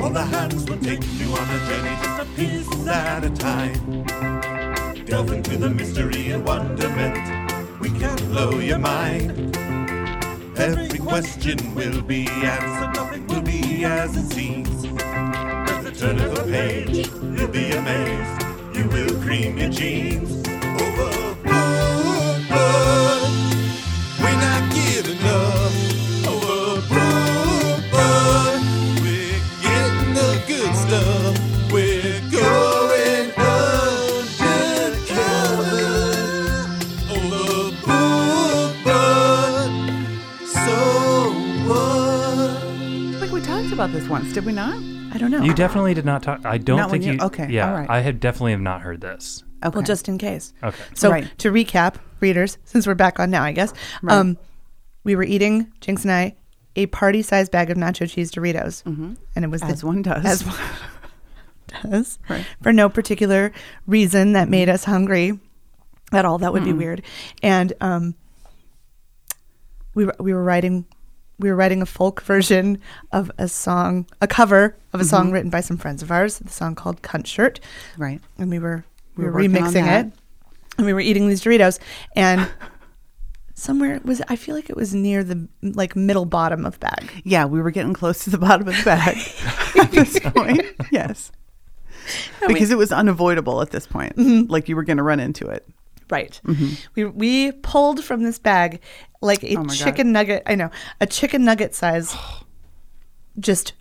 All the hands will take you on a journey just a piece at a time. Delve into the mystery and wonderment. We can blow your mind. Every question will be answered, nothing will be as it seems. At the turn of a page, you'll be amazed. You will cream your jeans. Overboard, we're not giving up. Oh, Overboard, oh. we're getting the good stuff. We're going undercover. oh, Overboard, so oh. what? I think we talked about this once, did we not? I don't know. You definitely did not talk. I don't Not when think you- you. okay, Yeah, all right. I had definitely have not heard this. Okay. Well, just in case. Okay. So Right. to recap, readers, since we're back on now, I guess, um, we were eating Jinx and I a party-sized bag of nacho cheese Doritos, and it was Mm-hmm. as the, one does. as one does Right. Mm-hmm. for no particular reason that made us hungry at all. That would be weird. And um, we were, we were writing we were writing a folk version of a song, a cover of a Mm-hmm. song written by some friends of ours. The song called Cunt Shirt Right. and we were we We were were working on remixing that. it and we were eating these doritos and somewhere it was i feel like it was near the like middle bottom of bag Yeah, we were getting close to the bottom of the bag at this point. Yes. we- Mm-hmm. Because it was unavoidable at this point. Like you were going to run into it. right Mm-hmm. we we pulled from this bag like a Mm-hmm. Oh my God. chicken nugget i know a chicken nugget size just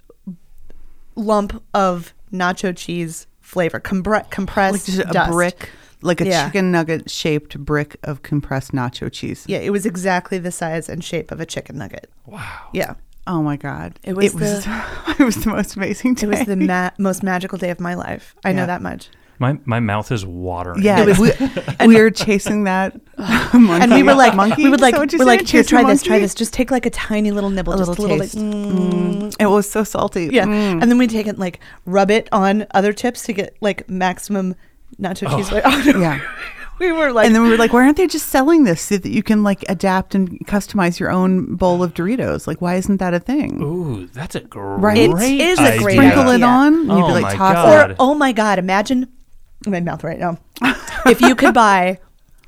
lump of nacho cheese flavor compre- compressed Like just a dust. brick, like a Yeah. chicken nugget shaped brick of compressed nacho cheese. yeah it was exactly the size and shape of a chicken nugget Wow. yeah Oh my God. It was it was, it was the most amazing day. it was the ma- most magical day of my life i know Yeah. that much My my mouth is watering. Yeah, It was- we, we were chasing that monkey. and we were like, monkey? we would Is like, that what you we're said? like, here, Chasing try this, try monkey?" this. Just take like a tiny little nibble, A just little a little taste. like, mm, It was so salty. yeah. Mm. And then we take it like rub it on other chips to get like maximum nacho cheese. flavor. Oh. Yeah. we were like, And then we were like, why aren't they just selling this so that you can like adapt and customize your own bowl of Doritos? Like, why isn't that a thing? Ooh, that's a great. Right. It is a great Sprinkle it idea. on. And you'd Oh be my like, toss God. or oh my god, imagine in my mouth right now. if you could buy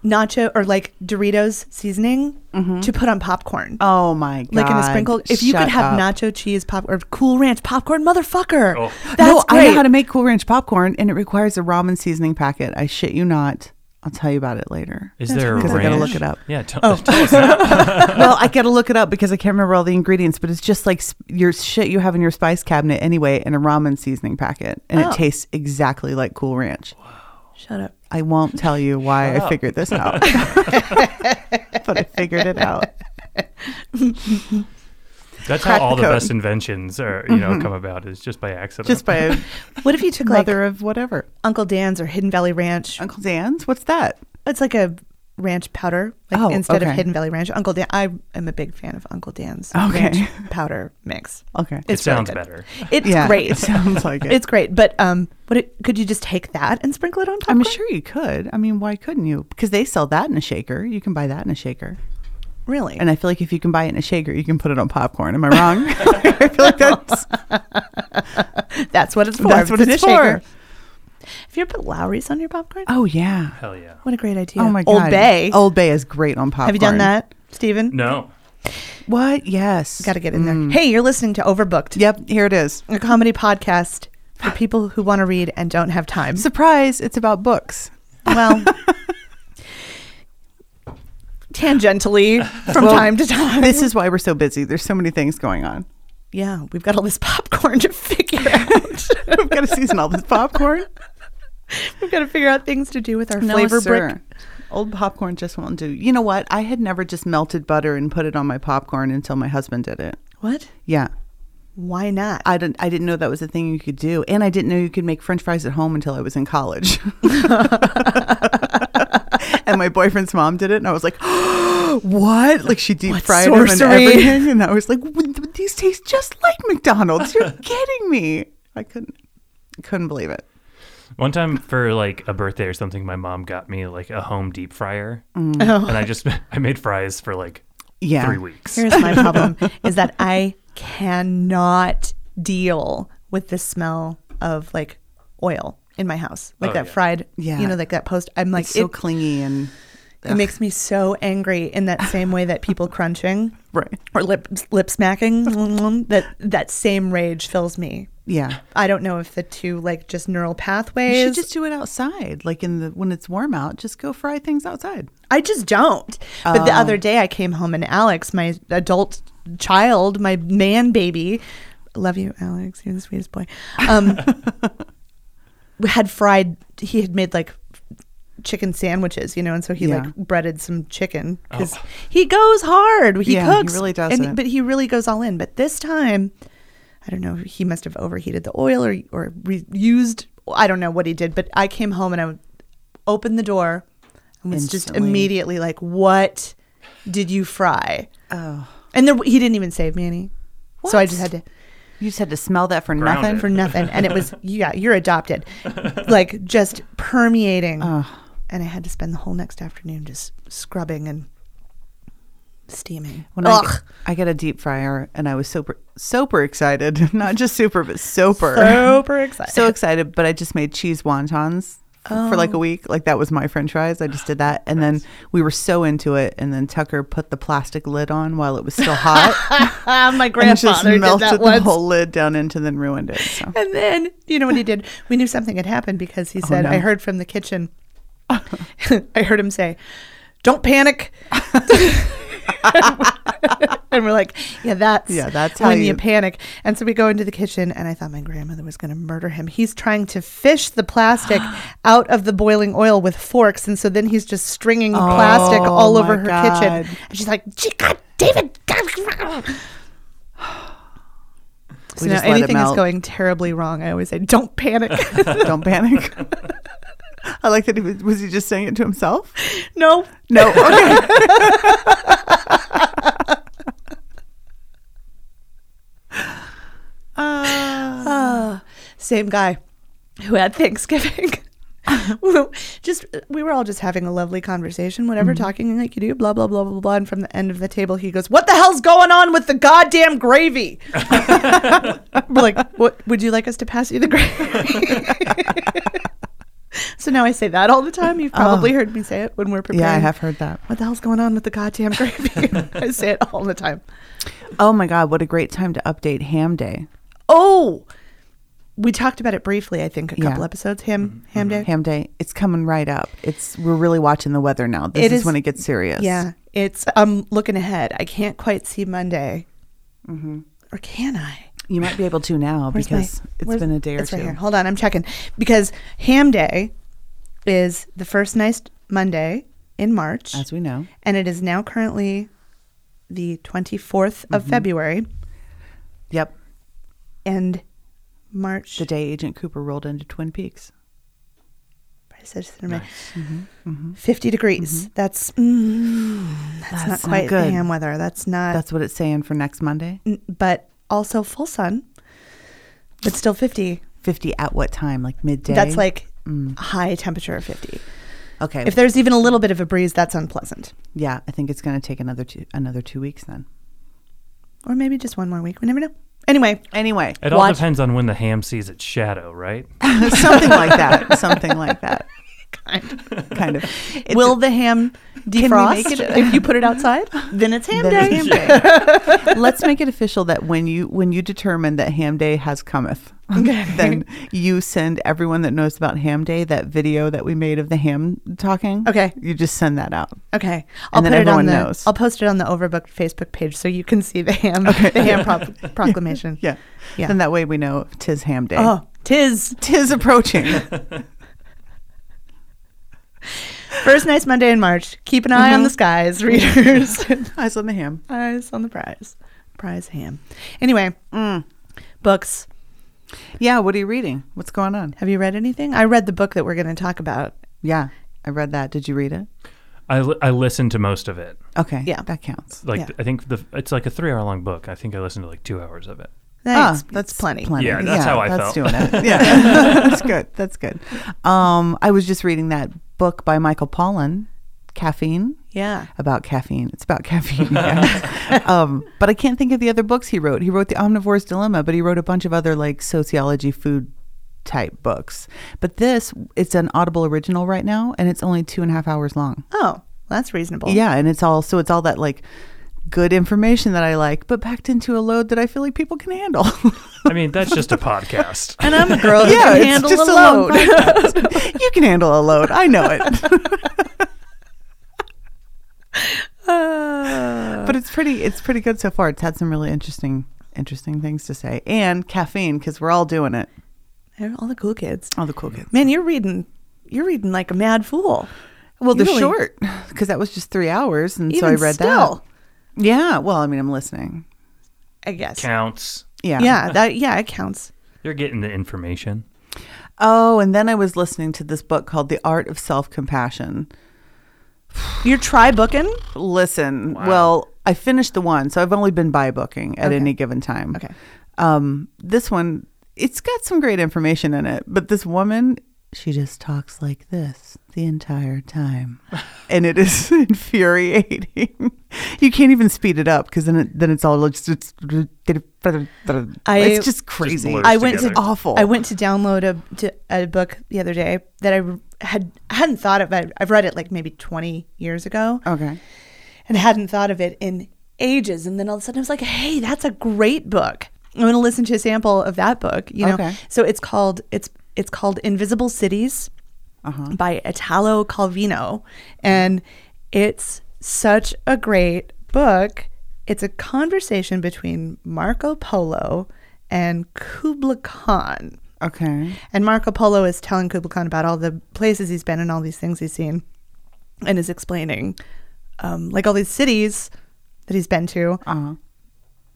nacho or like Doritos seasoning to put on popcorn. Mm-hmm. Oh my God. like in a sprinkle, if you could Shut have up. nacho cheese pop or Cool Ranch popcorn, motherfucker, Oh. that's no, great. I know how to make Cool Ranch popcorn and it requires a ramen seasoning packet. I shit you not. I'll tell you about it later. Is there a Because I gotta ranch? look it up. Oh, Yeah. Tell, tell us that. well, I gotta look it up because I can't remember all the ingredients, but it's just like sp- your shit you have in your spice cabinet anyway, and a ramen seasoning packet, and Oh. it tastes exactly like Cool Ranch. Shut up. I won't tell you why I figured this out, but I figured it out. That's Crack how all the the, code. Mm-hmm. best inventions are, you know, come about is just by accident. Just by a What if you took like mother of whatever. Uncle Dan's or Hidden Valley Ranch. Uncle Dan's? What's that? It's like a ranch powder like Oh, instead of okay. Hidden Valley Ranch. Uncle Dan. I am a big fan of Uncle Dan's Okay. ranch powder mix. Okay. it really sounds good. better. It's yeah, great. It sounds like it. It's great. But um, what it, could you just take that and sprinkle it on top? I'm sure you could. I mean, why couldn't you? Because they sell that in a shaker. You can buy that in a shaker. Really? And I feel like if you can buy it in a shaker, you can put it on popcorn. Am I wrong? I feel like that's that's what it's for. That's what in it's a shaker. for. Have you ever put Lowry's on your popcorn? Oh yeah. Hell yeah. what a great idea. Oh my god. Old Bay. Old Bay is great on popcorn. Have you done that, Stephen? No. What? Yes. Got to get in there. Mm. Hey, you're listening to Overbooked, Yep, here it is. a comedy podcast for people who want to read and don't have time. Surprise, it's about books. Well, tangentially from Well, time to time. This is why we're so busy. There's so many things going on. yeah, we've got all this popcorn to figure out. We've got to season all this popcorn. we've got to figure out things to do with our flavor brick. Old popcorn just won't do. You know what? I had never just melted butter and put it on my popcorn until my husband did it. What? Yeah. Why not? I didn't I didn't know that was a thing you could do. And I didn't know you could make french fries at home until I was in college. and my boyfriend's mom did it and I was like, "What?" Like she deep fried them sorcery? and everything and I was like, "W- th- "These taste just like McDonald's. You're kidding me." I couldn't couldn't believe it. One time for like a birthday or something, my mom got me like a home deep fryer, and I just I made fries for Mm. like Yeah. three weeks. Here's my problem: is that I cannot deal with this smell of like oil in my house, like Oh, that yeah. fried, Yeah. you know, like that post. I'm like, It's so it, clingy and it makes me so angry in that same way that people crunching right. or lip lip smacking that that same rage fills me. Yeah. I don't know if the two like just neural pathways. You should just do it outside, like in the when it's warm out. Just go fry things outside. I just don't. But Oh. the other day I came home and Alex, my adult child, my man baby, love you, Alex, you're the sweetest boy, um, had fried, he had made like chicken sandwiches, you know, and so he Yeah. Oh. like breaded some chicken because he goes hard. He Yeah, he cooks. really does and- it. But he really goes all in. But this time, I don't know, he must have overheated the oil or, or re- used, I don't know what he did, but I came home and I opened the door and was just Instantly. immediately like, what did you fry? Oh, And there, he didn't even save me any. So I just had What? to you just had to smell that for Ground nothing. it. for nothing. And it was, yeah, you're adopted. like just permeating. And I had to spend the whole next afternoon just scrubbing and steaming. When I Ugh. get, I got a deep fryer, and I was super, super excited. Not just super, but super. Super excited. so excited, but I just made cheese wontons f- for like a week. Like that was my french fries. I just did that. And then we were so into it. And then Tucker put the plastic lid on while it was still hot Ah, my and just grandfather did melted that the once. whole lid down into then ruined it. So. And then, do you know what he did? We knew something had happened because he said, Oh, no. I heard from the kitchen, I heard him say, Don't panic. and we're like, Yeah, that's, Yeah, that's how when you, you- panic. And so we go into the kitchen, and I thought my grandmother was going to murder him. He's trying to fish the plastic out of the boiling oil with forks. And so then he's just stringing plastic Oh all my over her God. kitchen. And she's like, Gee, God, David. God. So We now just let it anything is melt. going terribly wrong. I always say, "Don't panic." Don't panic. I like that he was, was he just saying it to himself? no, No. Okay. Uh, Ah, same guy who had Thanksgiving. just we were all just having a lovely conversation, whatever, Mm-hmm. talking like you do, blah blah blah blah blah. And from the end of the table, he goes, "What the hell's going on with the goddamn gravy?" we're like, "What would you like us to pass you the gravy?" so now I say that all the time. You've probably heard me say it when we're preparing. Oh. yeah, I have heard that. What the hell's going on with the goddamn gravy? I say it all the time. Oh my God, what a great time to update Ham Day. Oh, we talked about it briefly. I think a Yeah. couple episodes. Ham ham day. Ham Day. It's coming right up. It's we're really watching the weather now. This It is is- when it gets serious. Yeah, it's. I'm looking ahead. I can't quite see Monday, or can I? you might be able to now Mm-hmm. Where's my- because it's where's- been a day or it's two. right here. Hold on, I'm checking because ham day is the first nice Monday in March, As we know, and it is now currently the 24th of February yep, and March. the day Agent Cooper rolled into Twin Peaks. Price is Cinema. Mm-hmm. 50 degrees. That's, mm, that's not That's not quite good. ham weather. That's not. That's what it's saying for next Monday. n- but also full sun, but still 50. Fifty at what time? Like midday. That's like Mm. high temperature of 50. okay. If there's even a little bit of a breeze, that's unpleasant. yeah, I think it's going to take another two another two weeks then. Or maybe just one more week. We never know. Anyway, Anyway, It all Watch- depends on when the ham sees its shadow, right? something like that. Something like that. Kind of. It's- will the ham we defrost? make it- if you put it outside, then it's ham Then day. it's ham day. Let's make it official that when you when you determine that Ham Day has cometh, then you send everyone that knows about Ham Day that video that we made of the ham talking. Okay. you just send that out. Okay, I'll then put it on everyone the. knows. I'll post it on the Overbooked Facebook page so you can see the ham, the ham pro- proclamation. Yeah, Yeah. Then that way we know tis Ham Day. Oh, tis tis approaching. first nice Monday in March. Keep an eye on the Mm-hmm. skies, readers. Eyes on the ham. Eyes on the prize, prize ham. Anyway, Mm. books. Yeah. What are you reading? What's going on? Have you read anything? I read the book that we're going to talk about. Yeah, I read that. Did you read it? I, li- I listened to most of it. Okay. Yeah. that counts. Like Yeah. I think the it's like a three hour long book. I think I listened to like two hours of it. Thanks. Ah, that's plenty. plenty. Yeah, that's how I that's felt. Doing it. Yeah, that's good. That's good. Um, I was just reading that book by Michael Pollan Caffeine. Yeah. About caffeine. It's about caffeine. yeah. um, but I can't think of the other books he wrote. He wrote The Omnivore's Dilemma, but he wrote a bunch of other like sociology food type books. But this, it's an Audible original right now, and it's only two and a half hours long. Oh, well, that's reasonable. Yeah, and it's all so it's all that like good information that I like, but packed into a load that I feel like people can handle. I mean, that's just a podcast. And I'm a girl who yeah, Oh, can it's handle just a a long load. podcast. you can handle a load. I know it, Uh, but it's pretty. It's pretty good so far. It's had some really interesting, interesting things to say, and caffeine because we're all doing it. all the cool kids. All the cool kids. Man, you're reading. You're reading like a mad fool. Well, the Really? short because that was just three hours, and so Even I read still, that. Yeah. Well, I mean, I'm listening. I guess. Counts. Yeah. Yeah, that yeah, it counts. You're getting the information. Oh, and then I was listening to this book called The Art of Self Compassion. You're try booking. Listen, well, I finished the one, so I've only been by booking at Okay. any given time. Okay. Um, this one, it's got some great information in it, but this woman, she just talks like this the entire time, and it is infuriating. you can't even speed it up because then it, then it's all just it's, I- it's just crazy. blurs I went together. to awful. I went to download a to a book the other day that I had hadn't thought of. I, I've read it like maybe 20 years ago, okay. and hadn't thought of it in ages. And then all of a sudden, I was like, "Hey, that's a great book. I'm going to listen to a sample of that book." You know, Okay. so it's called it's it's called Invisible Cities by Italo Calvino, and it's such a great book. It's a conversation between Marco Polo and Kubla Khan. Okay. And Marco Polo is telling Kubla Khan about all the places he's been and all these things he's seen, and is explaining, um, like all these cities that he's been to. Uh-huh.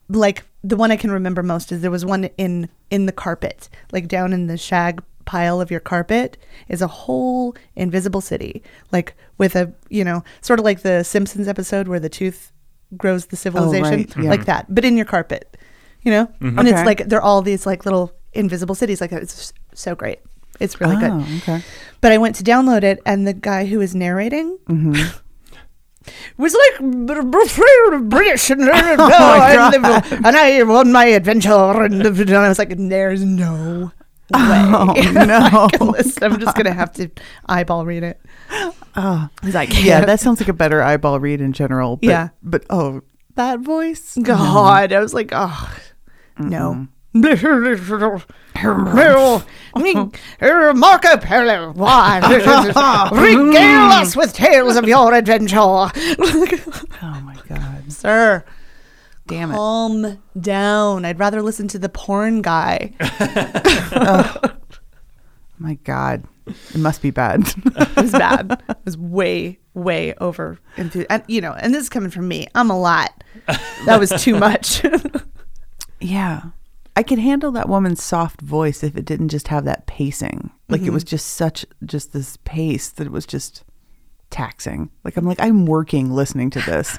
Like the one I can remember most is there was one in in the carpet, like down in the shag pile of your carpet is a whole invisible city, like with a you know sort of like the Simpsons episode where the tooth grows the civilization, Oh, right, yeah. like that, but in your carpet, you know. And Okay. it's like they're all these like little invisible cities, like that. it's so great. It's really Oh, good. okay. But I went to download it, and the guy who was narrating Mm-hmm. was like "Br- br- British, and, uh, no, my and, the- and I on my adventure, and, the- and I was like, "There's no way." no. I can listen. I'm just gonna have to eyeball read it. Oh, He's like, yeah, that sounds like a better eyeball read in general. But, Yeah. But oh, that voice. God. I was like, oh, no. Marco Polo, why? Regale us with tales of your adventure. Oh my God. Sir, Damn it. calm down. I'd rather listen to the porn guy. My God. It must be bad. It was bad. It was way, way over. Enthu- and, you know, and this is coming from me. I'm a lot. That was too much. yeah. I could handle that woman's soft voice if it didn't just have that pacing. Like it was just such just this pace that it was just taxing. Like I'm like I'm working listening to this,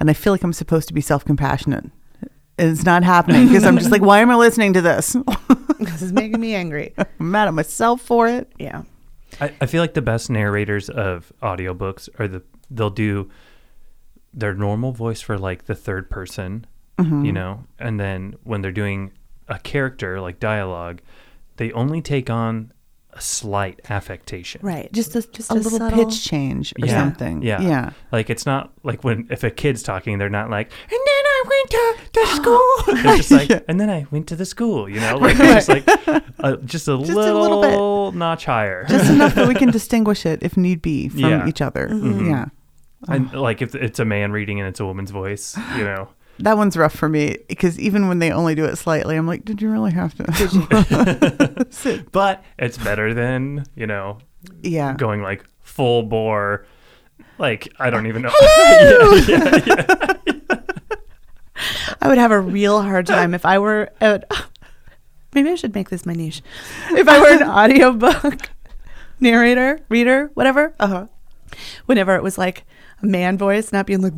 and I feel like I'm supposed to be self compassionate, and it's not happening because I'm just like, why am I listening to this? this is making me angry. I'm mad at myself for it. Yeah. I, I feel like the best narrators of audiobooks are the they'll do their normal voice for like the third person, Mm-hmm. you know, and then when they're doing a character like dialogue, they only take on a slight affectation. Right. just a, just a, a little subtle- pitch change or yeah. something. Yeah. yeah. Like it's not like when if a kid's talking, they're not like, and then I went to, to school. They're just like, and then I went to the school. You know, like it's just like a, just a a little, little bit. notch higher. Just enough that we can distinguish it if need be from Yeah. Mm-hmm. each other. Mm-hmm. Yeah, and Oh. like if it's a man reading and it's a woman's voice, you know. that one's rough for me because even when they only do it slightly, I'm like, did you really have to? but it's better than you know yeah, going like full bore like i don't even know I would have a real hard time if I were a, maybe I should make this my niche. If I were an audiobook narrator, reader, whatever. Uh-huh. Whenever it was like, a man voice, not being like, I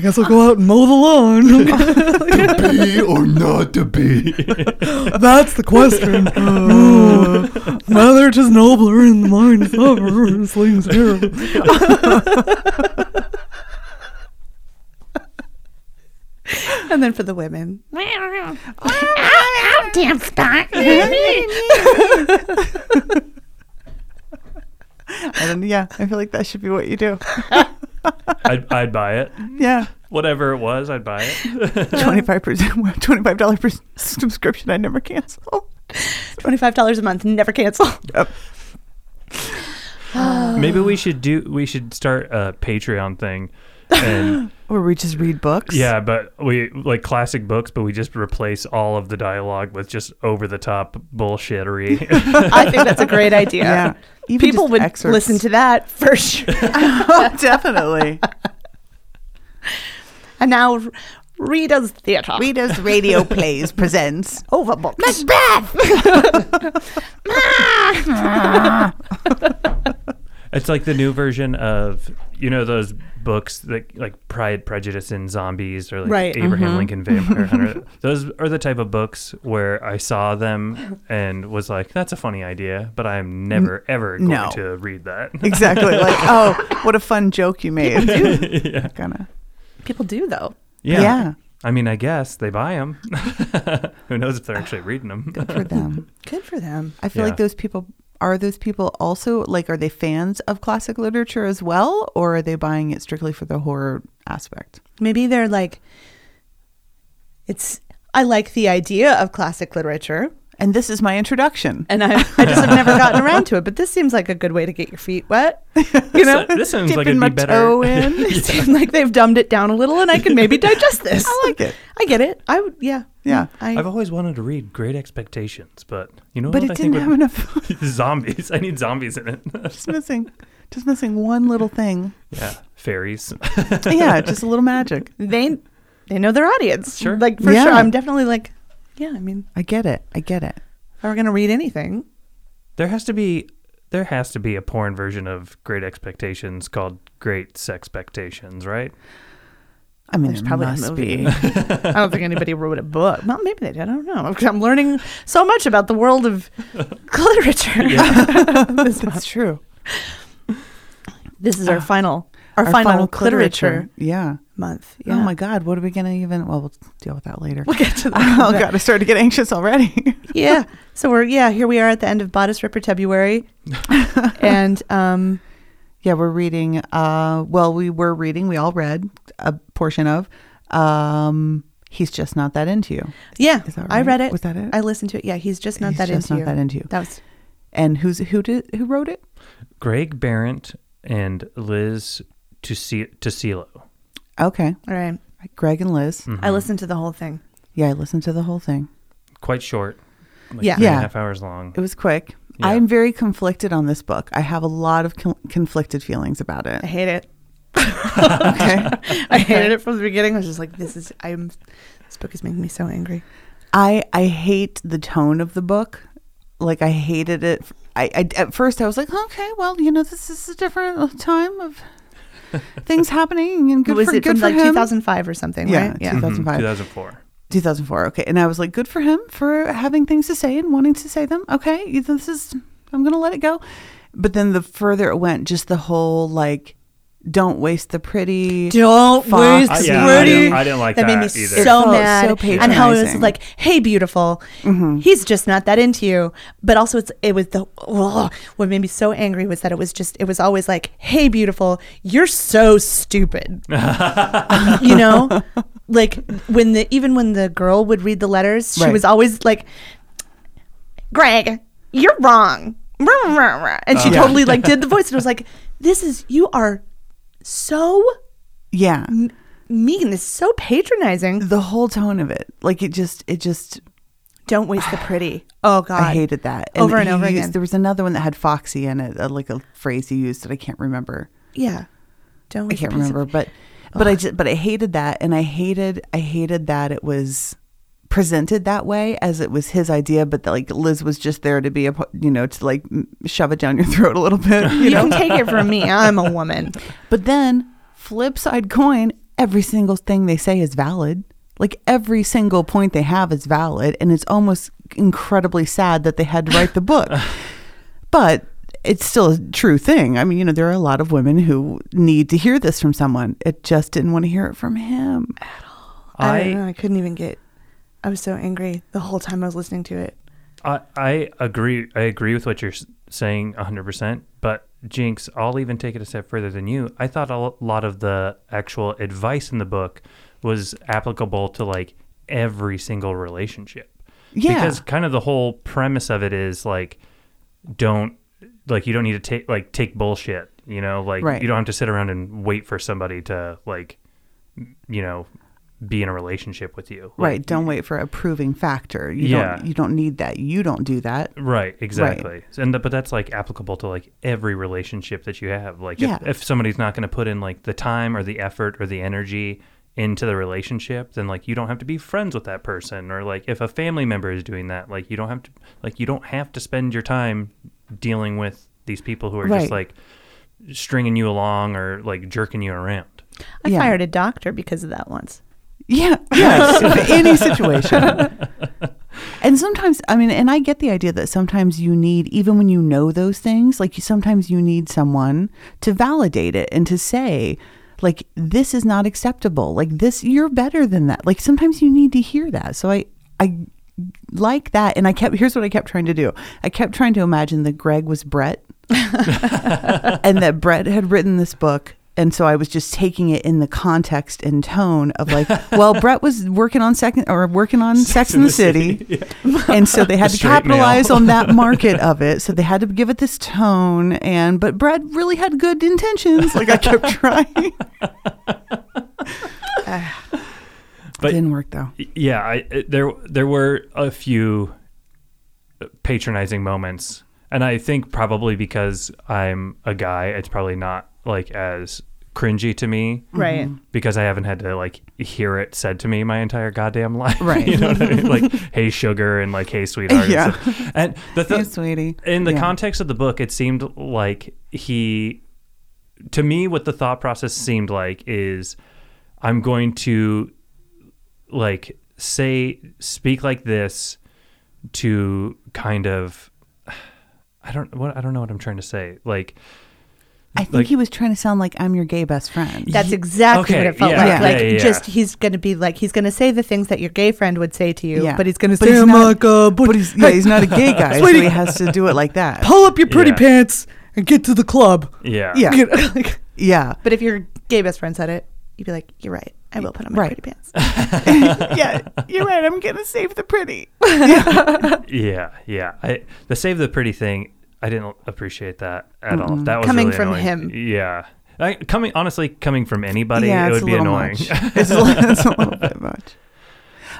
guess I'll go out and mow the lawn. be or not to be. That's the question. Uh, Whether it is nobler in the mind of summer, slings terrible. and then for the women, I'm damn spot. I don't, yeah, I feel like that should be what you do. I'd, I'd buy it. Yeah, Whatever it was, I'd buy it. twenty five percent, twenty five dollar per subscription. I never cancel. $25 a month, never cancel. Maybe we should do. We should start a Patreon thing. And Or we just read books. yeah, but we like classic books, but we just replace all of the dialogue with just over the top bullshittery. I think that's a great idea. yeah. Even People just would excerpts. listen to that for sure. definitely. and now, Rita's Theater. Rita's radio plays presents Overbooked. it's like the new version of you know those books that like Pride, Prejudice, and Zombies, or like Right. Abraham uh-huh. Lincoln Vampire Hunter. Those are the type of books where I saw them and was like, "That's a funny idea," but I'm never ever going no. to read that. Exactly. Like, oh, what a fun joke you made. yeah. Gonna. People do, though. yeah, Yeah. I mean, I guess they buy them. Who knows if they're actually reading them? For them. Good for them. I feel Yeah. like those people are those people also like are they fans of classic literature as well or are they buying it strictly for the horror aspect? Maybe they're like, it's, I like the idea of classic literature. And this is my introduction. And I, I just have never gotten around to it, but this seems like a good way to get your feet wet. You know, this sounds like Dipping it'd my be better. toe in. it seems like they've dumbed it down a little, and I can maybe digest this. I like it. I get it. I would, yeah, Yeah. I, I've always wanted to read Great Expectations, but you know But what? it didn't have would- enough zombies. I need zombies in it. just missing just missing one little thing. yeah, fairies. Yeah, just a little magic. they they know their audience. Sure. like for Yeah. sure. I'm definitely like, yeah. I mean, I get it. I get it. if I were gonna read anything, there has to be there has to be a porn version of Great Expectations called Great Sexpectations, right? I mean, There's there probably a must movie. be. I don't think anybody wrote a book. Well, maybe they did. I don't know. I'm learning so much about the world of literature. this, That's true. Ah. this is our final, our, Our final, literature. literature Yeah. month. Oh Yeah. my God, what are we going to even? Well, we'll deal with that later. We'll get to that. oh God, I started to get anxious already. yeah. So we're yeah here we are at the end of Bodice Ripper February, and um yeah, we're reading. Uh, well, we were reading. We all read a portion of. Um, he's just not that into you. yeah Is that I right? read it Was that it? I listened to it yeah he's just not He's that just into not you that into you. that was And who's who did who wrote it? Greg Barrett and Liz Tusi- Tusilo. Okay, all right Greg and Liz. I listened to the whole thing Yeah, I listened to the whole thing. Quite short. Like Yeah. three and a Yeah. half hours long. It was quick. Yeah. I'm very conflicted on this book. I have a lot of con- conflicted feelings about it. I hate it Okay. I hated it from the beginning I was just like this is I'm this book is making me so angry I I hate the tone of the book. Like I hated it. I, I at first I was like, okay, well, you know, this is a different time of things happening and good was for it good from for like him. 2005 or something yeah, right yeah Mm, 2005, 2004. 2004. Okay, and I was like, good for him for having things to say and wanting to say them. Okay, you- this is I'm gonna let it go. But then the further it went, just the whole like, don't waste the pretty. don't Fuck waste I- yeah, I pretty didn't- I didn't like made me that either. It so felt mad so and how it was patronizing. like hey beautiful Mm-hmm. he's just not that into you but also it's it was the ugh, what made me so angry was that it was just it was always like hey beautiful you're so stupid you know like when the even when the girl would read the letters she Right. was always like Greg, you're wrong. Rah, rah, rah. And Oh, she totally like did the voice and was like, this is, you are so yeah, mean. This is so patronizing. the whole tone of it. Like it just it just Don't waste the pretty. Oh, God. I hated that. Over and he over used- again. There was another one that had Foxy in it, uh, like a phrase he used that I can't remember. Yeah. Don't I waste can't the piece of- remember, but but I just but I hated that, and I hated I hated that it was presented that way as it was his idea, but that, like Liz was just there to be a p- you know to like m- shove it down your throat a little bit. You can take it from me. I'm a woman. But then, flip side coin, every single thing they say is valid. Like every single point they have is valid. And it's almost incredibly sad that they had to write the book. but it's still a true thing. I mean, you know, there are a lot of women who need to hear this from someone. It just didn't want to hear it from him. I, don't I- know. I couldn't even get. I was so angry the whole time I was listening to it. I, I agree. I agree with what you're s- saying 100%. But Jinx, I'll even take it a step further than you. I thought a l- lot of the actual advice in the book was applicable to like every single relationship. Yeah. Because kind of the whole premise of it is like, don't like you don't need to take like take bullshit. You know, like Right. you don't have to sit around and wait for somebody to like, m- you know, be in a relationship with you. Like, Right. Don't wait for a proving factor. You Yeah. don't you don't need that. You don't do that. Right, exactly. And th- but that's like applicable to like every relationship that you have. Like Yeah. if, if somebody's not going to put in like the time or the effort or the energy into the relationship, then like you don't have to be friends with that person or like if a family member is doing that, like you don't have to like you don't have to spend your time dealing with these people who are Right. just like stringing you along or like jerking you around. I Yeah. fired a doctor because of that once. Yeah, yes, in any situation. And sometimes, I mean, and I get the idea that sometimes you need, even when you know those things, like you, sometimes you need someone to validate it and to say, like, this is not acceptable. Like, this, you're better than that. Like, sometimes you need to hear that. So I, I like that. And I kept, here's what I kept trying to do I kept trying to imagine that Greg was Brett and that Brett had written this book. And so I was just taking it in the context and tone of like, well, Brett was working on second or working on Sex, in the, City. And so they had The to straight male. capitalize on that market of it. So they had to give it this tone. And, but Brett really had good intentions. Like I kept trying. But- Didn't work though. Y- Yeah, I, it- there there were a few uh, patronizing moments, and I think probably because I'm a guy, it's probably not like as cringy to me, Right. Mm-hmm. Because I haven't had to like hear it said to me my entire goddamn life, Right. you know what I mean? Like, hey, sugar, and like, hey, sweetheart. and Yeah. stuff. And the th- Hey, sweetie. in the Yeah. context of the book, it seemed like he, to me, what the thought process seemed like is, I'm going to, like, say, speak like this, to kind of, I don't, what I don't know what I'm trying to say, like. I think Like- he was trying to sound like I'm your gay best friend. That's exactly what okay, it felt yeah, like. yeah, like yeah, yeah. just he's gonna be like he's gonna say the things that your gay friend would say to you, Yeah. but he's gonna But say he's them not- like uh, but But he's, yeah, he's not a gay guy, so he has to do it like that. pull up your pretty Yeah. pants and get to the club. Yeah. Yeah. You know, like- Yeah. but if your gay best friend said it, you'd be like, You're right. I will put on my Right. pretty pants. yeah. You're right. I'm going to save the pretty. Yeah, yeah. I the save the pretty thing. I didn't appreciate that at all. That was Coming really from annoying. him. Yeah, I, coming honestly, coming from anybody, it would be annoying. Much. It's, a little, it's a little bit much.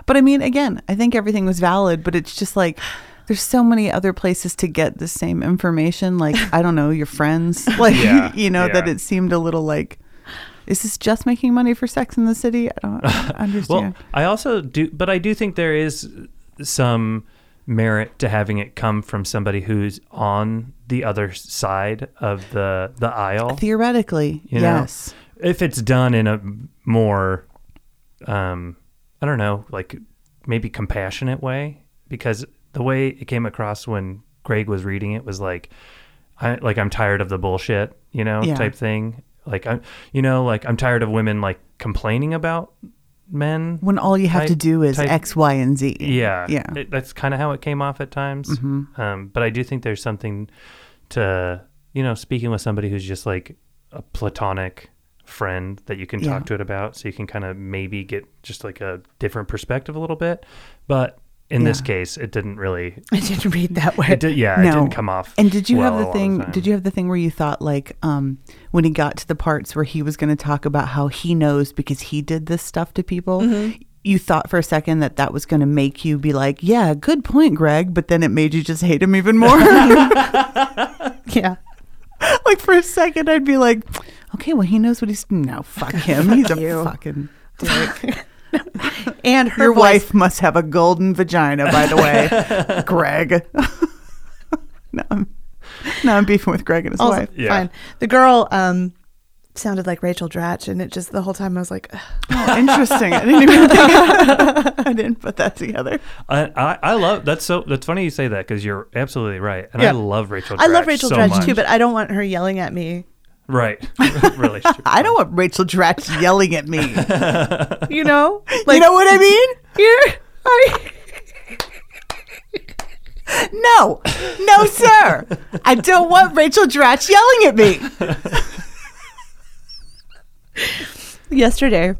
But I mean, again, I think everything was valid, but it's just like there's so many other places to get the same information. Like, I don't know, your friends. Like, Yeah, you know, that yeah. it seemed a little like, is this just making money for sex in the city? I don't well, understand. I also do, but I do think there is some merit to having it come from somebody who's on the other side of the the aisle. Theoretically, you know? yes. If it's done in a more, um, I don't know, like maybe compassionate way, because the way it came across when Greg was reading it was like, I like I'm tired of the bullshit, you know, Yeah. type thing. Like I'm, you know, like I'm tired of women like complaining about men When all you have type- to do is type- X, Y, and Z. yeah Yeah. Mm-hmm. It- that's kind of how it came off at times um, but i do think there's something to you know speaking with somebody who's just like a platonic friend that you can Yeah. talk to it about so you can kind of maybe get just like a different perspective a little bit but in this Yeah. case it didn't really I didn't read that way. it did, yeah it didn't come off And did you have well a the lot of thing? time. did you have the thing where you thought like um, when he got to the parts where he was going to talk about how he knows because he did this stuff to people? Mm-hmm. You thought for a second that that was going to make you be like, "Yeah, good point, Greg," but then it made you just hate him even more. Yeah. like for a second, I'd be like, "Okay, well, he knows what he's no fuck him. He's a fucking dick." and her Your voice- wife must have a golden vagina, by the way, Greg. no, I'm, no, I'm beefing with Greg and his Also, wife. Yeah. Fine. The girl um, sounded like Rachel Dratch, and it just the whole time I was like, "Ugh." Oh, interesting. I didn't even think I didn't put that together. I, I, I love that's so that's funny you say that because you're absolutely right, and Yeah. I love Rachel. Dratch I love Rachel so Dratch much. too, but I don't want her yelling at me. right, really. I don't want Rachel Dratch yelling at me. you You know, like know what I mean? You're- I- No, no, sir. I don't want Rachel Dratch yelling at me. yesterday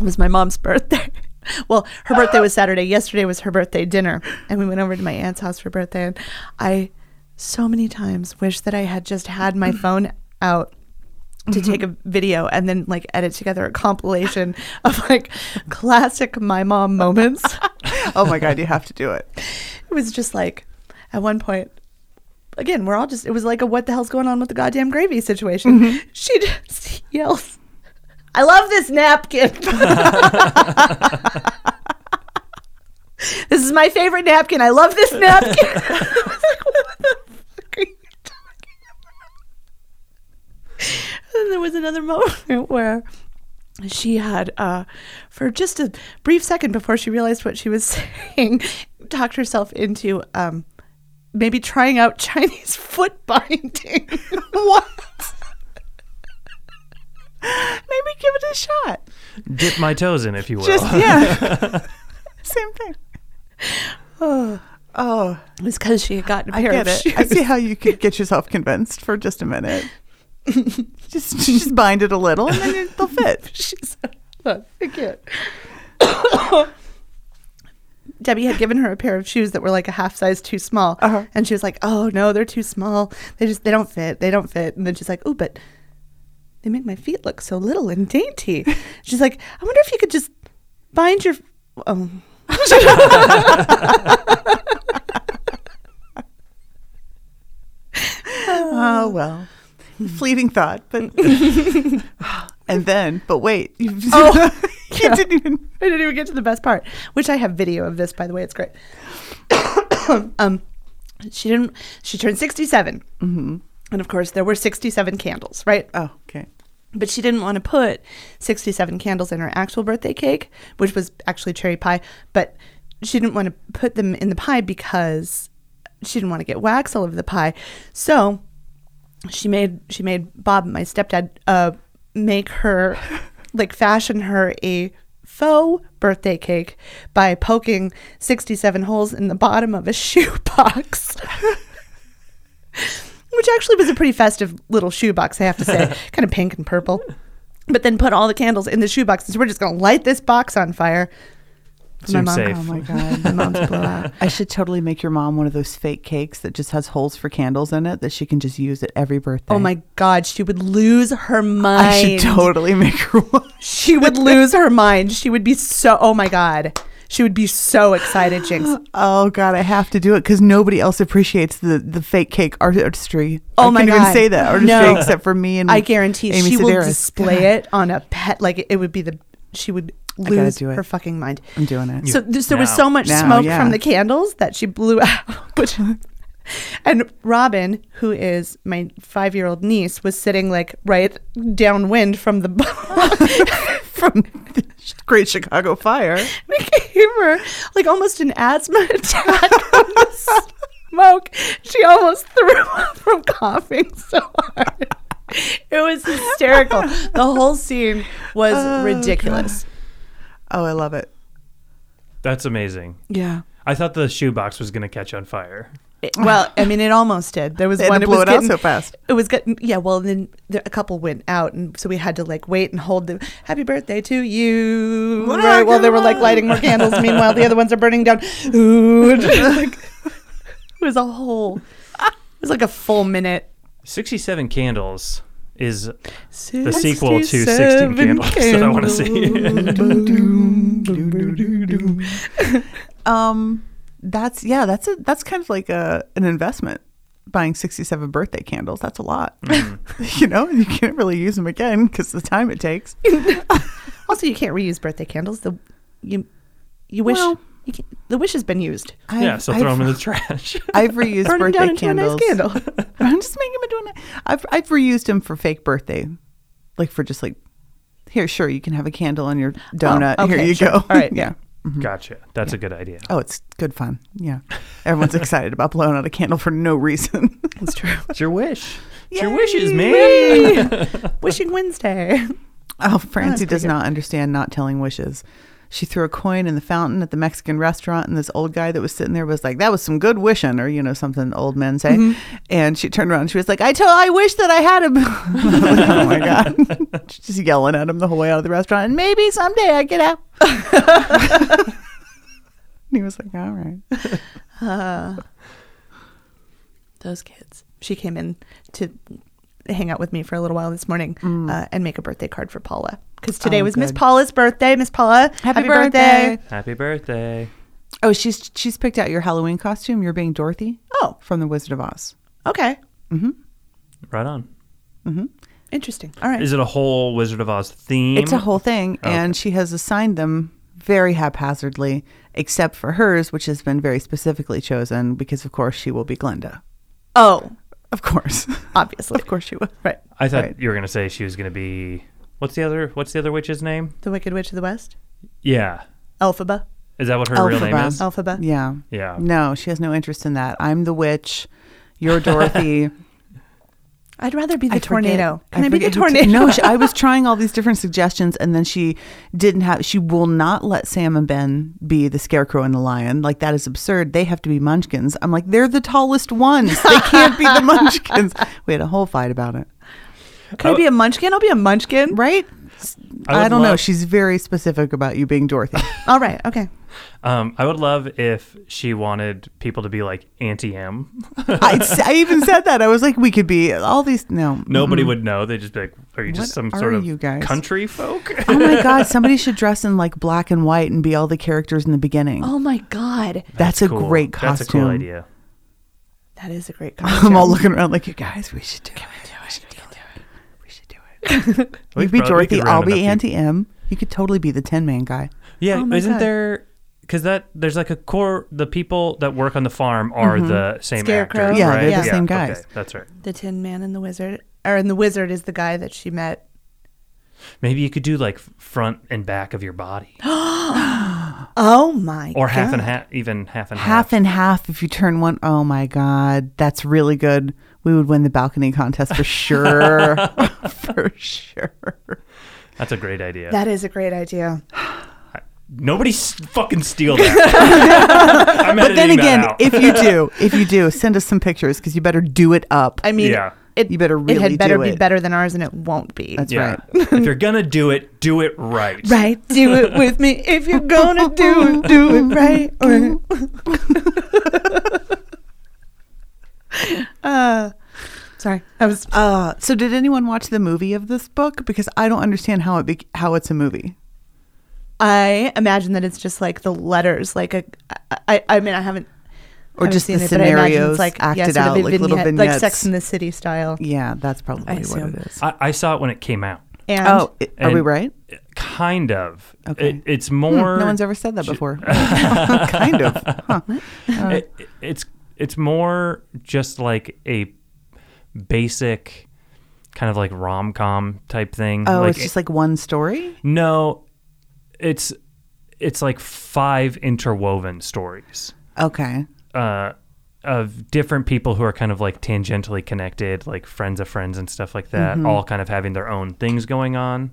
was my mom's birthday. Well, her birthday was Saturday. Yesterday was her birthday dinner, and we went over to my aunt's house for birthday. And I so many times wish that I had just had my phone out to take a Mm-hmm. video and then like edit together a compilation of like classic my mom moments. Oh my God, you have to do it. it was just like at one point again we're all just it was like a what the hell's going on with the goddamn gravy situation she just yells i love this napkin this is my favorite napkin i love this napkin I was like, "What the fuck are you talking about?" and there was another moment where she had uh, for just a brief second before she realized what she was saying talked herself into um, maybe trying out chinese foot binding what Maybe give it a shot. Dip my toes in, if you will. Just yeah, same thing. Oh, it was because she had gotten a I pair get of it. shoes I see how you could get yourself convinced for just a minute. just just bind it a little, and then it'll fit. She's look, I can't. Debbie had given her a pair of shoes that were like a half size too small, Uh-huh. and she was like, "Oh no, they're too small. They just they don't fit. They don't fit." And then she's like, "Oh, but they make my feet look so little and dainty." she's like, "I wonder if you could just bind your." Oh. Oh well, fleeting thought, but and then, but wait, you, Oh, you yeah. didn't even. I didn't even get to the best part, which I have video of this, by the way. It's great. um, she didn't. She turned 67 and of course there were 67 candles, right? Mm-hmm. Oh, okay. But she didn't want to put 67 candles in her actual birthday cake, which was actually cherry pie. But she didn't want to put them in the pie because she didn't want to get wax all over the pie. So she made she made Bob, my stepdad, uh, make her like fashion her a faux birthday cake by poking 67 holes in the bottom of a shoebox. which actually was a pretty festive little shoebox, I have to say, kind of pink and purple. But then put all the candles in the shoebox, and so we're just gonna light this box on fire. My Seems mom, safe. Oh my god. my mom's blowout. I should totally make your mom one of those fake cakes that just has holes for candles in it that she can just use at every birthday. Oh my god, she would lose her mind. I should totally make her one. She would lose her mind. She would be so. Oh my god, she would be so excited, Jinx. Oh god, I have to do it because nobody else appreciates the, the fake cake art- artistry. Oh I my can't even God. say that artistry No. except for me and I guarantee Amy she will Sedaris. display it on a pet. Like it would be the. She would gotta lose do it. her fucking mind. I'm doing it. So th- there was Now. so much Now, smoke yeah. from the candles that she blew out. Which, and Robin, who is my five-year-old niece, was sitting like right downwind from the From the Great Chicago Fire. became her like almost an asthma attack from the smoke. She almost threw up from coughing so hard. It was hysterical. The whole scene was ridiculous. Oh, I love it. That's amazing. Yeah. I thought the shoebox was gonna catch on fire. It- well, I mean, it almost did. There was They had one. to it was blow it out getting- so fast. It was getting yeah. Well, then there, a couple went out, and so we had to like wait and hold the happy birthday to you. What right, a while they good were like one. lighting more candles. Meanwhile, the other ones are burning down. Ooh, and just, like, it was a whole. It was like a full minute. Sixty-seven candles is the sequel to Sixteen 67 Candles that I want to see. Um, that's yeah, that's a that's kind of like a an investment. Buying sixty-seven birthday candles, that's a lot. Mm. you know, you can't really use them again because the time it takes. Also, you can't reuse birthday candles. The you you wish Well- you can, the wish has been used. I've, yeah, so throw I've- them in the trash. I've reused Burn them birthday down into candles. a nice candle. I'm just making him into a. ni- I've I've reused him for fake birthday, like for just like, here, sure, you can have a candle on your donut. Oh, okay, here you sure. go. All right. yeah. gotcha. That's a good idea. Oh, it's good fun. Yeah, everyone's excited about blowing out a candle for no reason. That's true. It's your wish. It's your Yay! wishes, man. Wishing Wednesday. Oh, Francie pretty does good. not understand not telling wishes. She threw a coin in the fountain at the Mexican restaurant, and this old guy that was sitting there was like, "That was some good wishing," or you know something old men say. And she turned around, and she was like, "I tell, I wish that I had a." oh my god! She's just yelling at him the whole way out of the restaurant, and maybe someday I get out. and he was like, "All right." Those kids. She came in to hang out with me for a little while this morning uh, and make a birthday card for Paula because today Mm. Oh, was Miss good. Paula's birthday. Miss Paula, happy, birthday. Happy birthday. Oh, she's she's picked out your Halloween costume. You're being Dorothy Oh, from The Wizard of Oz. okay. Right on. Interesting. All right. Is it a whole Wizard of Oz theme? It's a whole thing, and she has assigned them very haphazardly, except for hers, which has been very specifically chosen because, of course, she will be Glinda. oh, Of course, obviously. of course, she will. Right. I thought Right. you were gonna say she was gonna be. What's the other? What's the other witch's name? The Wicked Witch of the West. Yeah. Elphaba. Is that what her real name Elphaba. is? Elphaba. Yeah. Yeah. No, she has no interest in that. I'm the witch. You're Dorothy. I'd rather be the I forget- tornado. Can I, be the forget who t- tornado? no, she, I was trying all these different suggestions, and then she didn't have. She will not let Sam and Ben be the scarecrow and the lion. Like that is absurd. They have to be Munchkins. I'm like, they're the tallest ones. They can't be the Munchkins. We had a whole fight about it, Can I be a munchkin? I'll be a munchkin. right? I would I, don't know. love- She's very specific about you being Dorothy. All right. Okay. Um, I would love if she wanted people to be like Auntie M. I, I even said that. I was like, we could be all these. No. Nobody would know. They'd just be like, "Are you just Mm-hmm. What some are sort of you guys? country folk?" Oh my God! Somebody should dress in like black and white and be all the characters in the beginning. Oh my God. that's, a Cool. great costume. That's a cool idea. That is a great I'm costume. all looking around like, you guys, we should do it. We should do it. We should do it. We You be prob- we Dorothy. could I'll round enough be people. Auntie M. You could totally be the Tin Man guy. Yeah, Oh my isn't God. there? Because that there's like a core. The people that work on the farm are Mm-hmm. the same Scarecrow. actors. Yeah, right? they're the same okay, guys. that's right. the Tin Man and the Wizard. Or, and the Wizard is the guy that she met. Maybe you could do like f- front and back of your body, Oh my or half God. and half, even half and half. Half and half. If you turn one, oh my God, that's really good. We would win the balcony contest for sure. for sure. That's a great idea. That is a great idea. Nobody s- fucking steal that. I'm But then editing that again, out. if you do, if you do, send us some pictures because you better do it up. I mean, Yeah. it, You better it really had better do be it. better than ours, and it won't be. That's yeah. right. if you're gonna do it, do it right. right. Do it with me if you're gonna do it. Do it right. uh, sorry, I was. Uh, so, did anyone watch the movie of this book? Because I don't understand how it be- how it's a movie. I imagine that it's just like the letters, like a. I, I mean, I haven't. Or haven't just the seen it, but I imagine scenarios it's like yeah, acted sort of out a like little vignette- like Sex vignettes. in the City style. Yeah, that's probably I what assume. it is. I, I saw it when it came out. And Oh, i- are we And- right? Kind of. Okay. Hmm, It, it's more. No one's ever said that before. kind of. Huh. it, it's it's more just like a basic kind of like rom com type thing. Oh, like, it's just like one story. no, it's it's like five interwoven stories Okay. uh, of different people who are kind of like tangentially connected, like friends of friends and stuff like that, Mm-hmm. all kind of having their own things going on.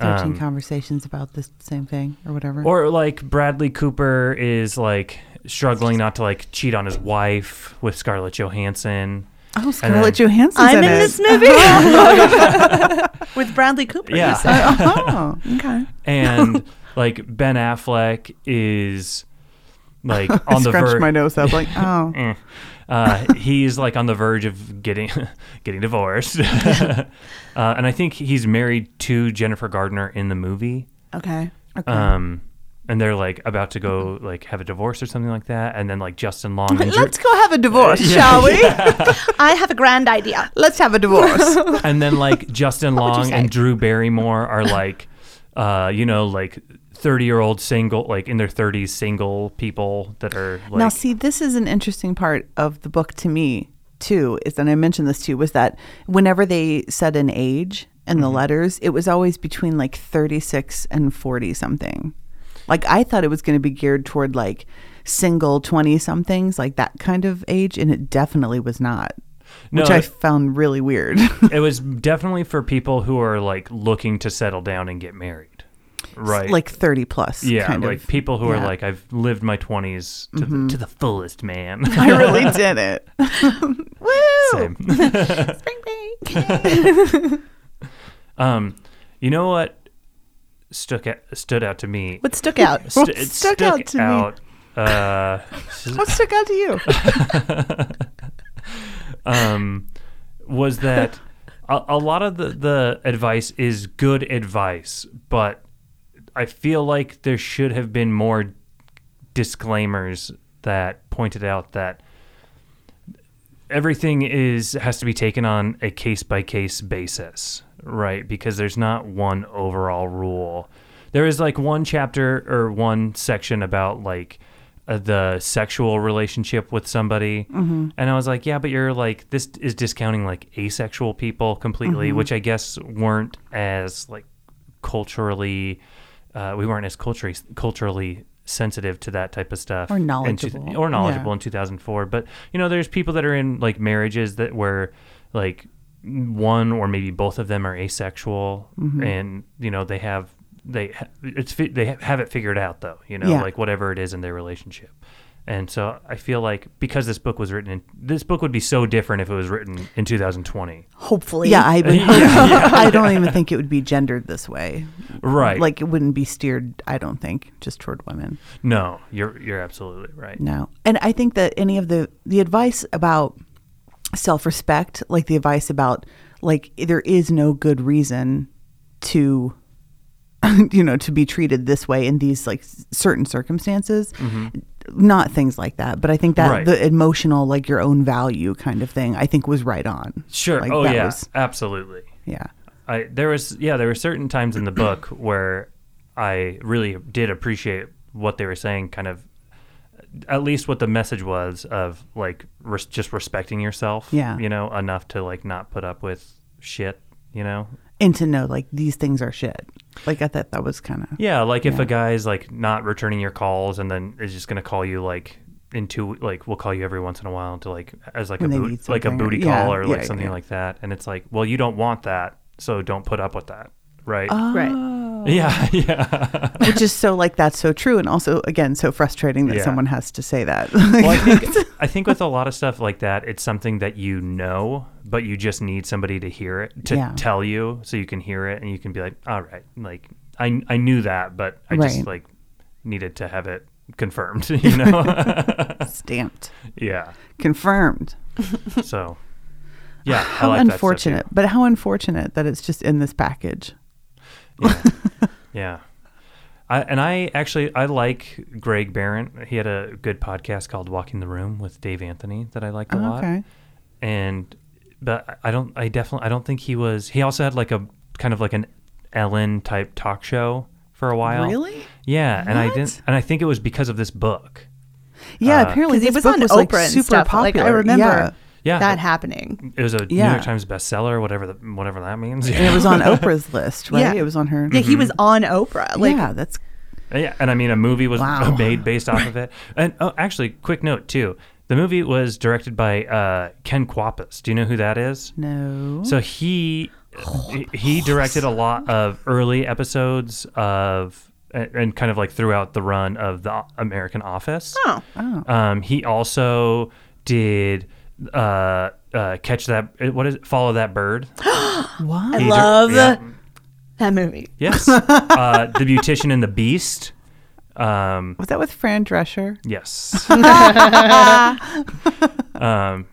Thirteen conversations about this same thing or whatever. Um, Or like Bradley Cooper is like struggling not to like cheat on his wife with Scarlett Johansson. oh, Scarlett then- Johansson's I'm in, in it. this movie with Bradley Cooper. you Yeah. said. oh, Okay. and like Ben Affleck is like on the scrunched verge. my nose up like oh. uh, he's like on the verge of getting getting divorced, uh, and I think he's married to Jennifer Gardner in the movie. Okay. Um, and they're like about to go like have a divorce or something like that, and then like Justin Long and, Drew- Let's go have a divorce, Yeah. shall we? I have a grand idea. Let's have a divorce. and then like Justin would you Long say? and Drew Barrymore are like, uh, you know, like 30-year-old single like in their 30s single people that are like now, see, this is an interesting part of the book to me too. Is and I mentioned this too was that whenever they said an age in Mm-hmm. the letters, it was always between like thirty six and forty something. Like I thought it was going to be geared toward like single twenty somethings, like that kind of age, and it definitely was not. No, which I it- found really weird. it was definitely for people who are like looking to settle down and get married. Right. like 30 plus. yeah, kind like of. people who are yeah. Mm-hmm. like I've lived my 20s to, the, to the fullest, man. I really did it. Woo! Same. Spring break. Um, you know what stuck out, stood out to me? what stuck out? Stu- what it stuck out to me? me? Uh, What stuck out to you? um, was that a, a lot of the, the advice is good advice, but I feel like there should have been more disclaimers that pointed out that everything is has to be taken on a case by case basis, right? Because there's not one overall rule. There is like one chapter or one section about like uh, the sexual relationship with somebody, Mm-hmm. and I was like, yeah, but you're like this is discounting like asexual people completely, Mm-hmm. which I guess weren't as like culturally. Uh, we weren't as culturally culturally sensitive to that type of stuff Or in two- knowledgeable. or knowledgeable Yeah. in 2004 but you know there's people that are in like marriages that were like one or maybe both of them are asexual Mm-hmm. and you know they have they ha- it's fi- they ha- have it figured out though you know Yeah. like whatever it is in their relationship and so i feel like because this book was written in this book would be so different if it was written in 2020 Hopefully. Yeah, I, would, I don't even think it would be gendered this way. right Like it wouldn't be steered, I don't think, just toward women. no you're you're absolutely right No. And I think that any of the the advice about self-respect, like the advice about like there is no good reason to you know, to be treated this way in these like s- certain circumstances. Not things like that, but I think that Mm-hmm. Right. the emotional, like your own value kind of thing, I think was right on. sure Like, oh that yeah was- absolutely yeah. I there was yeah there were certain times in the book where I really did appreciate what they were saying, kind of at least what the message was of like res- just respecting yourself, Yeah. you know, enough to like not put up with shit, you know. and to know like these things are shit. Like I thought that was kind of Yeah, like if a guy's like not returning your calls and then is just gonna call you like in two like we'll call you every once in a while to like as like When a they boot, need like a something or- booty yeah, call or like yeah, something yeah. like that, and it's like well you don't want that, so don't put up with that, right? Oh. Right. yeah, yeah. which is so like that's so true and also again so frustrating that Yeah. someone has to say that. well, I think I think with a lot of stuff like that, it's something that you know, but you just need somebody to hear it to Yeah. tell you, so you can hear it and you can be like, all right, like I I knew that, but I Right. just like needed to have it confirmed, you know? Stamped, yeah. confirmed. So yeah, How I like that stuff, too. unfortunate, but how unfortunate that it's just in this package. Yeah. I, and I actually I like Greg Barrett. He had a good podcast called Walking the Room with Dave Anthony that I liked a lot. Oh, Okay. and but I don't I definitely I don't think he was he also had like a kind of like an Ellen type talk show for a while. Really? Yeah, and I What? didn't and I think it was because of this book. Yeah, Uh, apparently 'Cause this it was book on was Oprah like and super stuff. popular. Like I remember Yeah. Yeah. that happening. It was a New Yeah. York Times bestseller, whatever the, whatever that means. And it was on Oprah's list, right? Yeah. It was on her. Yeah, Mm-hmm. he was on Oprah. Like yeah, that's Yeah, and I mean, a movie was Wow. made based off of it. And oh, actually, quick note too: the movie was directed by uh, Ken Quapis. Do you know who that is? no. So he he directed a lot of early episodes of and and kind of like throughout the run of the American Office. Oh. Oh. Um, he also did uh, uh, catch that. What is it? Follow that bird? What? I He dir- love yeah. that movie. Yes. uh, the Beautician and the Beast. Um, Was that with Fran Drescher? yes. that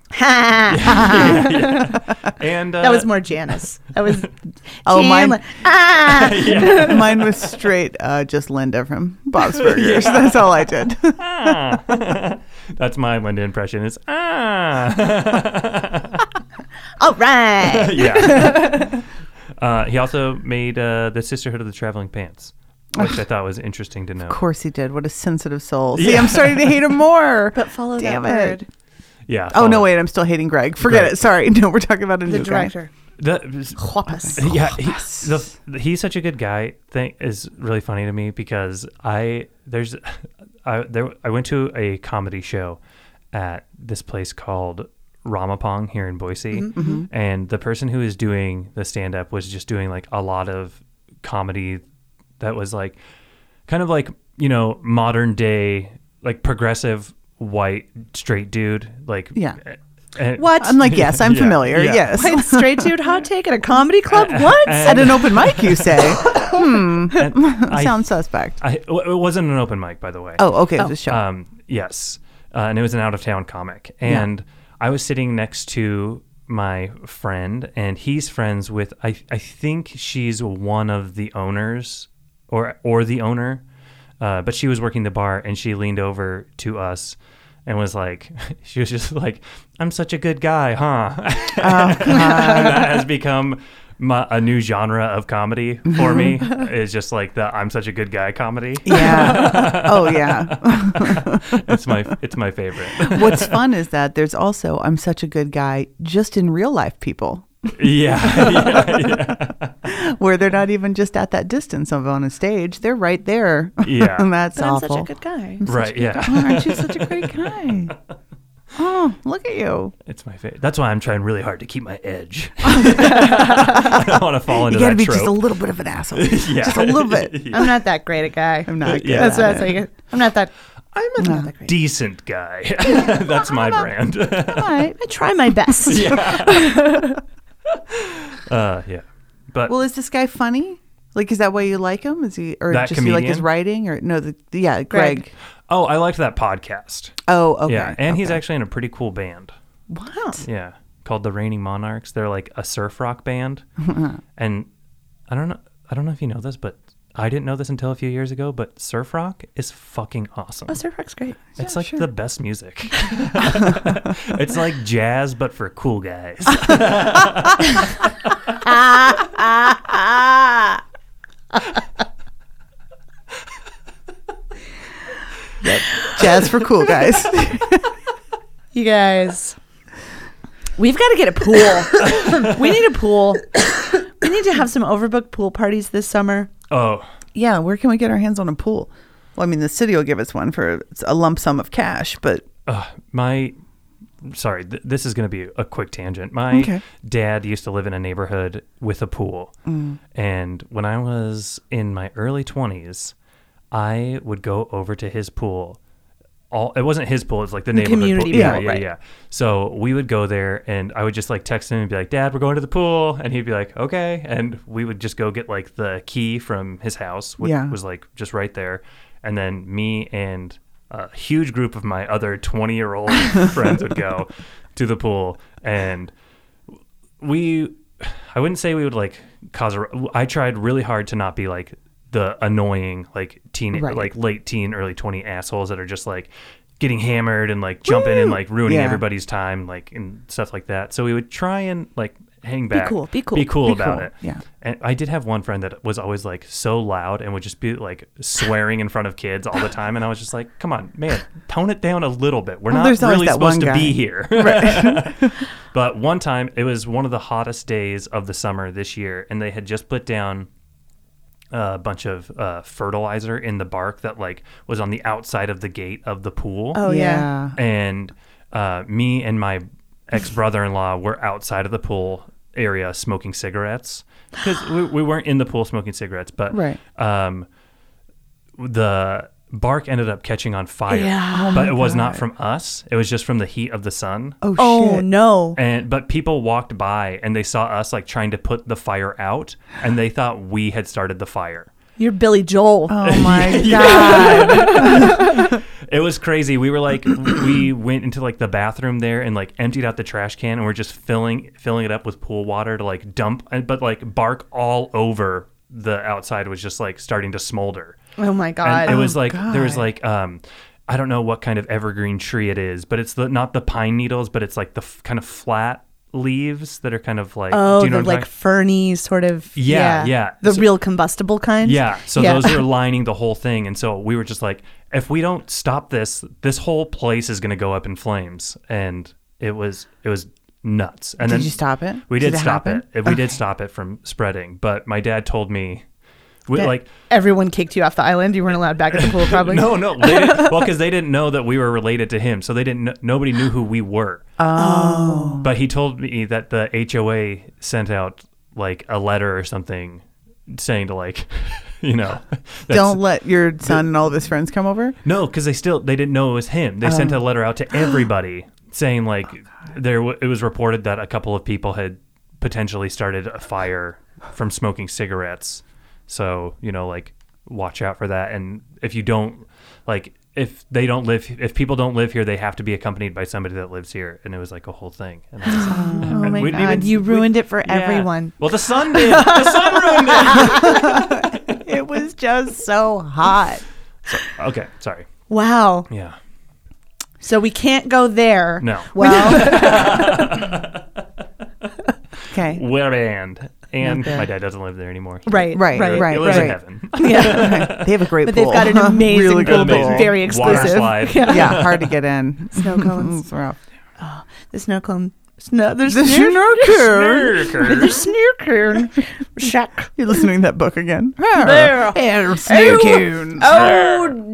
And uh, was more Janice. That was Oh, mine- Chandler. Ah! Mine was straight uh, just Linda from Bob's Burgers. That's all I did. ah. that's my Linda impression. Is ah. All right. yeah. uh, he also made uh, the Sisterhood of the Traveling Pants. which I thought was interesting to know. Of course he did. What a sensitive soul. See, I'm starting to hate him more. But follow Damn that it. word. Yeah. Oh no! follow- Wait, I'm still hating Greg. Forget Greg. it. Sorry. No, we're talking about a The new director. The, Huapas. yeah, he, the, he's such a good guy. Thing is really funny to me because I there's I there I went to a comedy show at this place called Ramapong here in Boise, Mm-hmm, and the person who is doing the stand up was just doing like a lot of comedy that was like kind of like you know modern day like progressive white straight dude like eh, Yeah. and- guy. I'm like, yes, I'm Yeah, familiar. yeah. Yes. Wait, straight dude hot take at a comedy club? What? At an open mic, you say? and I- Sounds suspect. I, it wasn't an open mic, by the way. Oh, okay. It was a show. Um, yes. Uh, and it was an out of town comic. And I was sitting next to my friend, and he's friends with, I, I think she's one of the owners or, or the owner. Uh, but she was working the bar and she leaned over to us and was like, she was just like, I'm such a good guy, huh? and that has become my, a new genre of comedy for me. It's just like the I'm such a good guy comedy. yeah. Oh, yeah. it's my it's my favorite. What's fun is that there's also I'm such a good guy just in real life people yeah, yeah, where they're not even just at that distance of on a stage. They're right there. Yeah. and that's But I'm awful. such a good guy. right. Yeah, Oh, aren't you such a great guy? Oh, look at you. it's my favorite. That's why I'm trying really hard to keep my edge. I don't want to fall into You got to that be trope. just a little bit of an asshole. yeah. Just a little bit. I'm not that great a guy. I'm not good That's at what I was saying. I'm not that. I'm not, that great. Decent guy. That's my brand. I, I try my best. uh, yeah, but Well, is this guy funny? Like, is that why you like him? Is he, or That just you like his comedian? writing? Or no, the yeah, Greg. Greg. oh, I liked that podcast. Oh, okay. Yeah, and he's okay. actually in a pretty cool band. what? Yeah, called the Reigning Monarchs. They're like a surf rock band, and I don't know. I don't know if you know this, but I didn't know this until a few years ago. But surf rock is fucking awesome. Oh, Surf Rock's great. It's like the best music. it's like jazz, but for cool guys. Jazz for cool guys. You guys, we've got to get a pool. we need a pool. We need to have some overbooked pool parties this summer. Oh, yeah, where can we get our hands on a pool? Well, I mean, the city will give us one for a lump sum of cash, but uh, my. Sorry, th- this is going to be a quick tangent. My Okay. dad used to live in a neighborhood with a pool. And when I was in my early 20s, I would go over to his pool. All it wasn't his pool, it's like the, neighborhood community pool. Yeah, pool, yeah, right. yeah. So we would go there and I would just like text him and be like, "Dad, we're going to the pool." And he'd be like, "Okay." And we would just go get like the key from his house, which Yeah. was like just right there. And then me and a huge group of my other 20-year-old friends would go to the pool and we i wouldn't say we would like cause a i tried really hard to not be like the annoying like teen Right. like late teen early 20 assholes that are just like getting hammered and like jumping and like ruining Yeah. everybody's time like and stuff like that so we would try and like hang back cool, be cool, be cool be about cool, it yeah. and i did have one friend that was always like so loud and would just be like swearing in front of kids all the time and i was just like come on man tone it down a little bit we're not there's always really that one supposed to guy. be here but one time, it was one of the hottest days of the summer this year, and they had just put down a bunch of uh, fertilizer in the bark that like was on the outside of the gate of the pool. Oh yeah. And uh, me and my ex brother in law were outside of the pool area smoking cigarettes because we, we weren't in the pool smoking cigarettes, but Right. um, the bark ended up catching on fire. Yeah. but it was not from us. It was just from the heat of the sun Oh, Oh shit. no. and but people walked by and they saw us like trying to put the fire out and they thought we had started the fire You're Billy Joel. Oh my god. it was crazy we were like we went into like the bathroom there and like emptied out the trash can and we're just filling filling it up with pool water to like dump and but like bark all over the outside was just like starting to smolder Oh my god. and it was like there was God. like um I don't know what kind of evergreen tree it is, but it's the not the pine needles, but it's like the f- kind of flat leaves that are kind of like Oh, do you the know what I'm like talking- ferny sort of. Yeah, yeah. The So- real combustible kind. yeah so those are lining the whole thing and so we were just like if we don't stop this this whole place is going to go up in flames and it was it was nuts and Did then you stop it? we Did did, it stop happen? it we did stop it from spreading but my dad told me we, That like everyone kicked you off the island. You weren't allowed back at the pool, probably. no no they didn't, well because they didn't know that we were related to him so they didn't kn- nobody knew who we were Oh. But he told me that the HOA sent out like a letter or something saying to like, you know, that's- Don't let your son and all of his friends come over. no, because they still they didn't know it was him. They sent a letter out to everybody saying like there w- it was reported that a couple of people had potentially started a fire from smoking cigarettes. So you know like watch out for that. And if you don't like if they don't live if people don't live here, they have to be accompanied by somebody that lives here. And it was like a whole thing. And I was like, Oh my we didn't god, even- you we- ruined it for yeah. everyone. Well, the sun did. The sun ruined it. It was just so hot. Okay, sorry. Wow. Yeah. So we can't go there. No. Well, Okay. We're banned. And Okay. my dad doesn't live there anymore. right, Right, right, It- right, right. It was in heaven. Yeah. They have a great But they've pool. got an amazing really good pool, but it's pool. very exclusive. Water slide. Yeah. yeah, hard to get in. Snow cones. It's rough. the snow cone. Snow, there's The snow snooker. The Snurker. snow cone. Shack. You're listening to that book again. There. Air snow Ew. cone. Oh,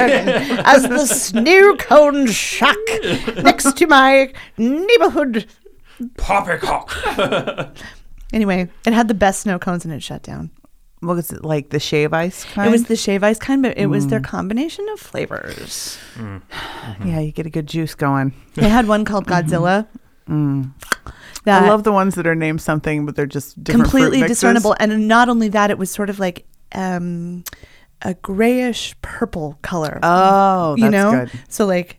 as the snow cone shack next to my neighborhood. Poppycock. Anyway, it had the best snow cones and it shut down. What was it like? The shave ice kind. It was the shave ice kind, but it was Mm. their combination of flavors. yeah, you get a good juice going. They had one called Godzilla. That Mm. I love the ones that are named something, but they're just different fruit Uh, completely mixes. discernible. And not only that, it was sort of like um, a grayish purple color. Oh, that's you know, good. so like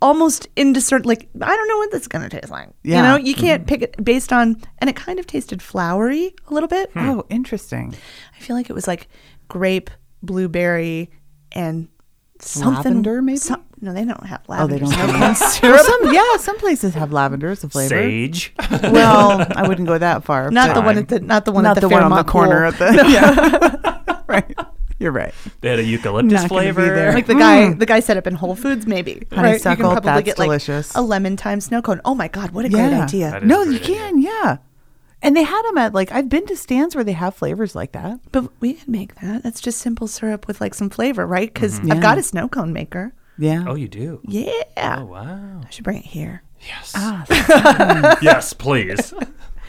almost indiscern. Like I don't know what this is gonna taste like. Yeah. Mm. You know, you can't pick it based on. And it kind of tasted flowery a little bit. Oh, interesting. I feel like it was like grape, blueberry, and something. Lavender, maybe? some- no, they don't have Oh, they lavender. don't have syrup. Some, yeah, some places have lavender as a flavor. Sage. Well, I wouldn't go that far. Not but- the one at the not the one not at the, the, one on the Fairmont corner Pool. at the. Yeah. right. You're right. They had a eucalyptus Not gonna be flavor. there. Like the guy, the guy set up in Whole Foods, maybe. Right? You Mm. can Honeysuckle, probably that's get like delicious. a lemon thyme snow cone. Oh my god, what a great Yeah. idea! is a No, you great idea. can. Yeah. And they had them at like I've been to stands where they have flavors like that. But we could make that. That's just simple syrup with like some flavor, right? Mm-hmm. Because I've got a snow cone maker. Yeah. Oh, you do. Yeah, Oh, wow. I should bring it here. Yes. Ah, Yes, please.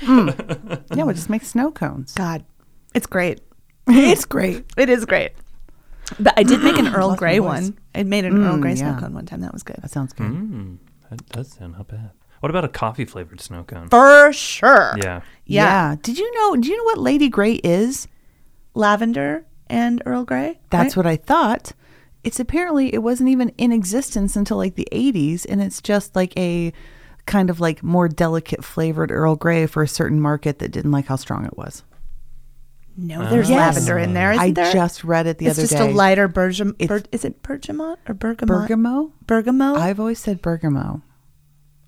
yeah, we'll just make snow cones. God, it's great. it's great. It is great. But I did make an Earl Grey voice. one. I made an Earl Grey Mm, yeah. snow cone one time. That was good That sounds good. Mm, that does sound not bad. What about a coffee flavored snow cone? for sure. Yeah. yeah, Did you know? Do you know what Lady Grey is? lavender and Earl Grey. That's right? what I thought. It's apparently it wasn't even in existence until like the 80s and it's just like a kind of like more delicate flavored Earl Grey for a certain market that didn't like how strong it was. no. There's Yes. lavender in there, isn't Ah. I there? just read it the it's other just day. a lighter bergam. It's- Ber- is it bergamot or bergamot? Bergamo? bergamot. I've always said Bergamo.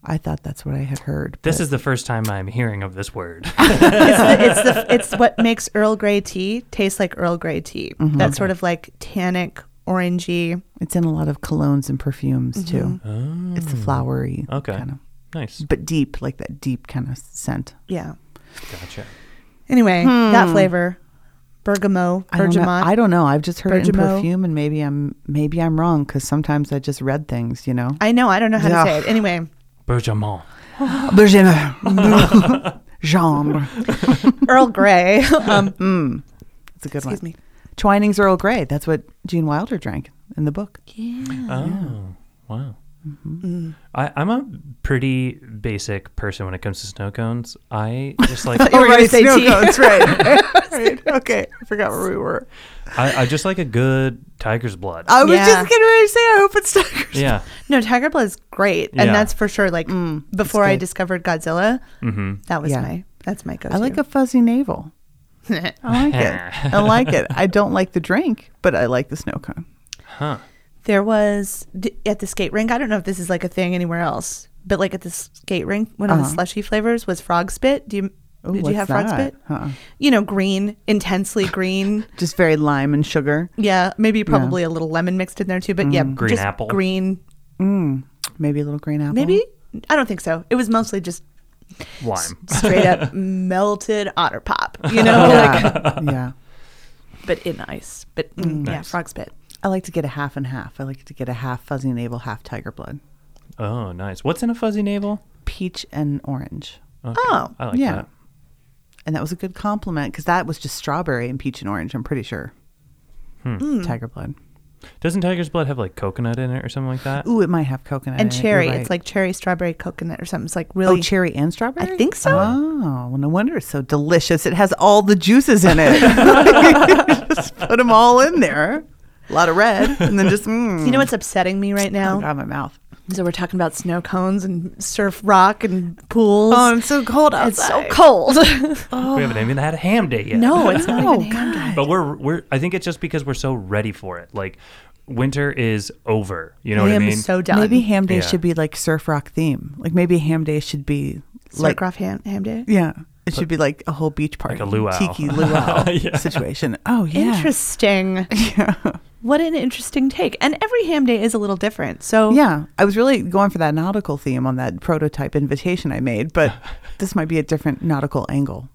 I thought that's what I had heard. This but- is the first time I'm hearing of this word. it's the, it's what makes Earl Grey tea taste like Earl Grey tea. Mm-hmm. That sort of like tannic, orangey. it's in a lot of colognes and perfumes too. It's the flowery Mm-hmm. Oh. Okay. kind of Nice. but deep, like that deep kind of scent. Yeah. Gotcha. Anyway, that flavor, bergamot, I don't, know. bergamot. I don't know. I've just heard it in Bergamot. perfume, and maybe I'm maybe I'm wrong because sometimes I just read things, you know. I know. I don't know how Yeah. to say it. Anyway, Bergamot. Bergamot. genre. Earl Grey. um, It's a good excuse one. me. Twining's Earl Grey. That's what Gene Wilder drank in the book. Oh, wow. Mm-hmm. I, I'm a pretty basic person when it comes to snow cones. I just like You were Oh, gonna right, say snow tea. cones, right. right. Okay, I forgot where we were. I, I just like a good tiger's blood. I was Yeah. just getting ready to say I hope it's Tiger's. yeah. No, Tiger Blood is great, and Yeah. Mm, that's for sure. Like before I good. discovered Godzilla, Mm-hmm. that was Yeah. my that's my go-to. I like a fuzzy navel. I like it. I like it. I don't like the drink, but I like the snow cone. Huh. there was d- at the skate rink. I don't know if this is like a thing anywhere else, but like at the skate rink, one of the slushy flavors was frog spit. Do you Ooh, did you what's have frog that? spit? Uh-uh. You know, green, intensely green. Just very lime and sugar. yeah, Mm. maybe probably a little lemon mixed in there too. But yeah, Green just apple. green. Maybe a little green apple. Maybe I don't think so. It was mostly just Lime. straight up melted otter pop. You know, like, Yeah. yeah. but in ice. But mm, yeah, frog spit. I like to get a half and half. I like to get a half fuzzy navel, half tiger blood. Oh, nice. What's in a fuzzy navel? Peach and orange. Oh, I like Yeah. that. And that was a good compliment because that was just strawberry and peach and orange, I'm pretty sure. Hmm. Mm. Tiger blood. Doesn't tiger's blood have like coconut in it or something like that? Ooh, it might have coconut in and it. You're cherry. right. It's like cherry, strawberry, coconut, or something. It's like Oh, really cherry and strawberry? think so. Oh, well, no wonder it's so delicious. It has all the juices in it. just put them all in there. A lot of red. And then just, mm, You know what's upsetting me right now? out of my mouth. So we're talking about snow cones and surf rock and pools. Oh, it's so cold it's so outside. cold. We haven't even had a ham day yet. no, it's not even ham day. But we're we're I think it's just because we're so ready for it. Like winter is over. You know I what I am mean? so done. Maybe ham day Yeah. should be like surf rock theme. Like maybe ham day should be like Starcroft ham, ham day. yeah, it should be like a whole beach party, a luau. tiki luau Yeah. situation. Oh yeah, Interesting. What an interesting take. And every ham day is a little different. So yeah. I was really going for that nautical theme on that prototype invitation I made, but this might be a different nautical angle.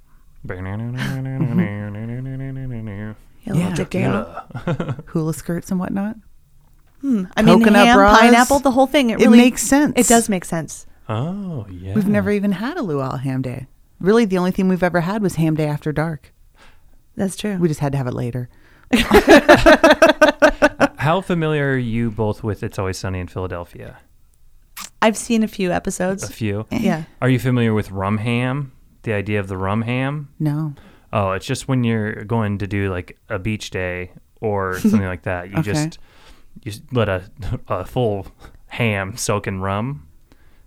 a little Yeah. dick Hula skirts and whatnot. I mean, Coconut ham, bras. pineapple, the whole thing. It, It really makes sense. It does make sense. oh yeah. We've never even had a luau ham day. Really, the only thing we've ever had was ham day after dark. That's true. We just had to have it later. How familiar are you both with It's Always Sunny in Philadelphia? I've seen a few A episodes. few. yeah. Are you familiar with rum ham? The idea of the rum ham? No, Oh, it's just when you're going to do like a beach day or something like that. You Okay. just you s- let a a full ham soak in rum,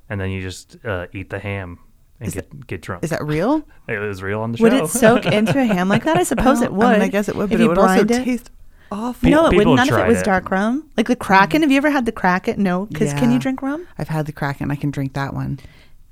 and then you just uh, eat the ham and get get drunk. is that real? it was real on the show. Would it soak into a ham like that? I suppose it would. I, mean, I guess it would, If but it you would also brined it. taste awful. No, it would people not if it tried was it. dark rum. Like the Kraken. Have you ever had the Kraken? No, because can you Mm. Yeah. drink rum? I've had the Kraken. I can drink that one.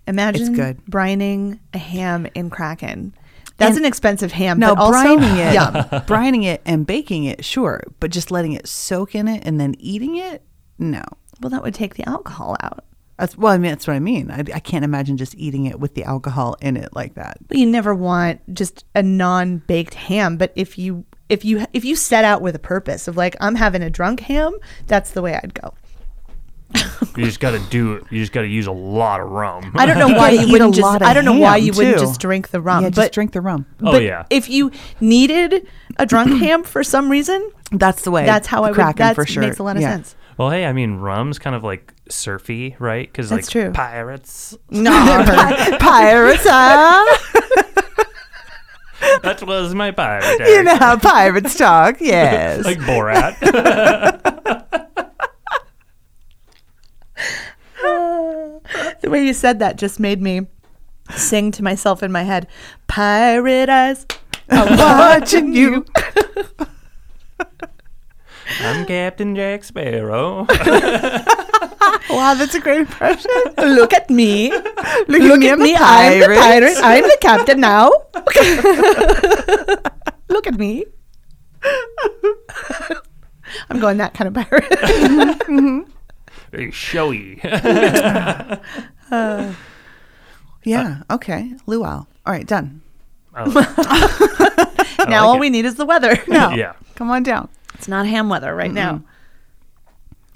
Imagine good. brining a ham in Kraken. That's And- an expensive ham. No, but also, brining it, Yum. brining it and baking it, sure, but just letting it soak in it and then eating it, no. Well, that would take the alcohol out. That's, well, I mean, that's what I mean. I, I can't imagine just eating it with the alcohol in it like that. But you never want just a non-baked ham. But if you if you if you set out with a purpose of like I'm having a drunk ham, that's the way I'd go. You just got to do it. You just got to use a lot of rum. I don't know why gotta you eat wouldn't a just. lot of I don't know why ham, you wouldn't too. just drink the rum. yeah, but just drink the rum. oh but yeah. if you needed a drunk ham for some reason, That's the way. that's how the I would. Kraken That for sure. makes a lot of Yeah. sense. well, hey, I mean, rum's kind of like surfy, right? Because like That's true. pirates. No, Pirates, huh? That was my pirate. you know act. how pirates talk. Yes. like Borat. the way you said that just made me sing to myself in my head. Pirate eyes. I'm watching you. I'm Captain Jack Sparrow. Wow, that's a great impression. Look at me. Look, Look at me. I'm the pirate. I'm the captain now. Look at me. I'm going that kind of pirate. Very showy. Yeah. Okay. Luau. All right. Done. now like all it. we need is the weather. No. Yeah. Come on down. It's not ham weather right now.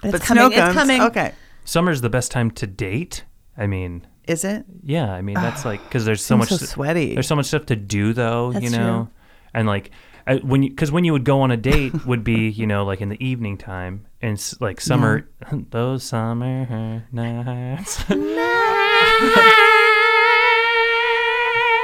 But it's But coming. snow comes. It's coming. Okay. Summer's the best time to date. I mean, Is it? yeah. I mean, that's like because there's so I'm much so sweaty. There's so much stuff to do though. you That's know, and like I, when you because when you would go on a date would be you know like in the evening time and s- like summer those summer nights.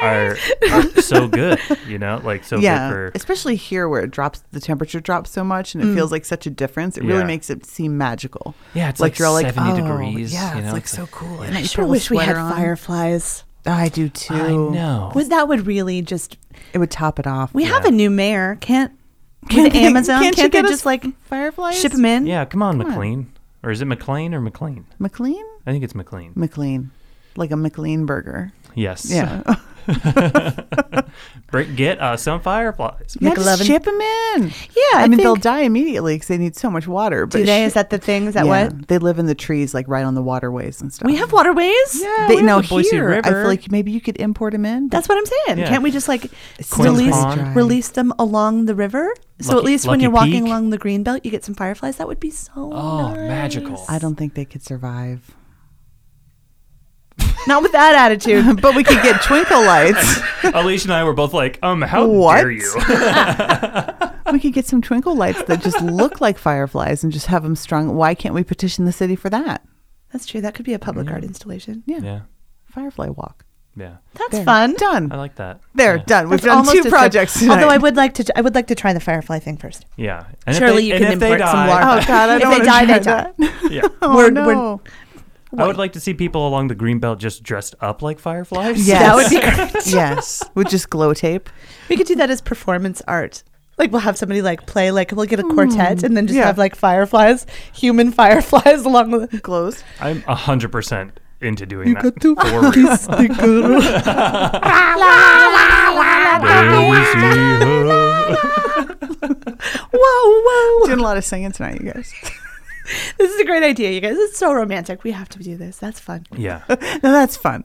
Are, are so good, you know, like so yeah. good for Especially here where it drops, the temperature drops so much and it feels like such a difference. It Yeah. really makes it seem magical. Yeah, it's like 70 degrees, "Oh, Yeah. you it's know, like it's so like- cool. And I sure wish we had fireflies. I do too. I know. Would that would really just. It would top it off. We have a new mayor. Can't. Can't with they- Amazon? can't Can't, you they get us just like fireflies. ship them in? Yeah, come on, McLean. Or is it McLean or McLean? McLean. I think it's McLean. McLean, like a McLean burger. Yes. Yeah, Bring, get uh, some fireflies. yeah, just McLovin. ship them in. Yeah, I, I mean they'll think- die immediately because they need so much water. But Do they? shi- Is that the thing? Is that yeah, what? they live in the trees, like right on the waterways and stuff. We have waterways? Yeah, They- we no, have the Boise here, River. I River. feel like maybe you could import them in. That's what I'm saying. Yeah. Can't we just like Queen's release Pond. Dry. release them along the river? so at Lucky- least when Lucky you're walking Peak. along the green belt, you get some fireflies. That would be so. Oh, nice. magical. I don't think they could survive. Not with that attitude. But we could get twinkle lights. Alicia and I were both like, um, how What? dare you? we could get some twinkle lights that just look like fireflies and just have them strung. Why can't we petition the city for that? That's true. That could be a public art installation. Yeah, yeah. firefly walk. Yeah. That's There. fun. Done. I like that. there, Yeah. done. We've That's done almost two as good. projects. Tonight. Although I would like to, I would like to try the firefly thing first. Yeah. And if Surely they- you and can if they import some die- larvae. Oh God! I If don't they wanna die, try they die. that. Yeah. Oh, We're- no. we're- I would like to see people along the Greenbelt just dressed up like fireflies. Yes. That would be great. yes, with just glow tape. We could do that as performance art. Like we'll have somebody like play like we'll get a quartet and then just Hmm. yeah. have like fireflies, human fireflies along the Glows. I'm 100% into doing that. to For real. There we see her. Whoa, whoa. Doing a lot of singing tonight, you guys. This is a great idea, you guys. It's so romantic. We have to do this. That's fun. Yeah. No, that's fun.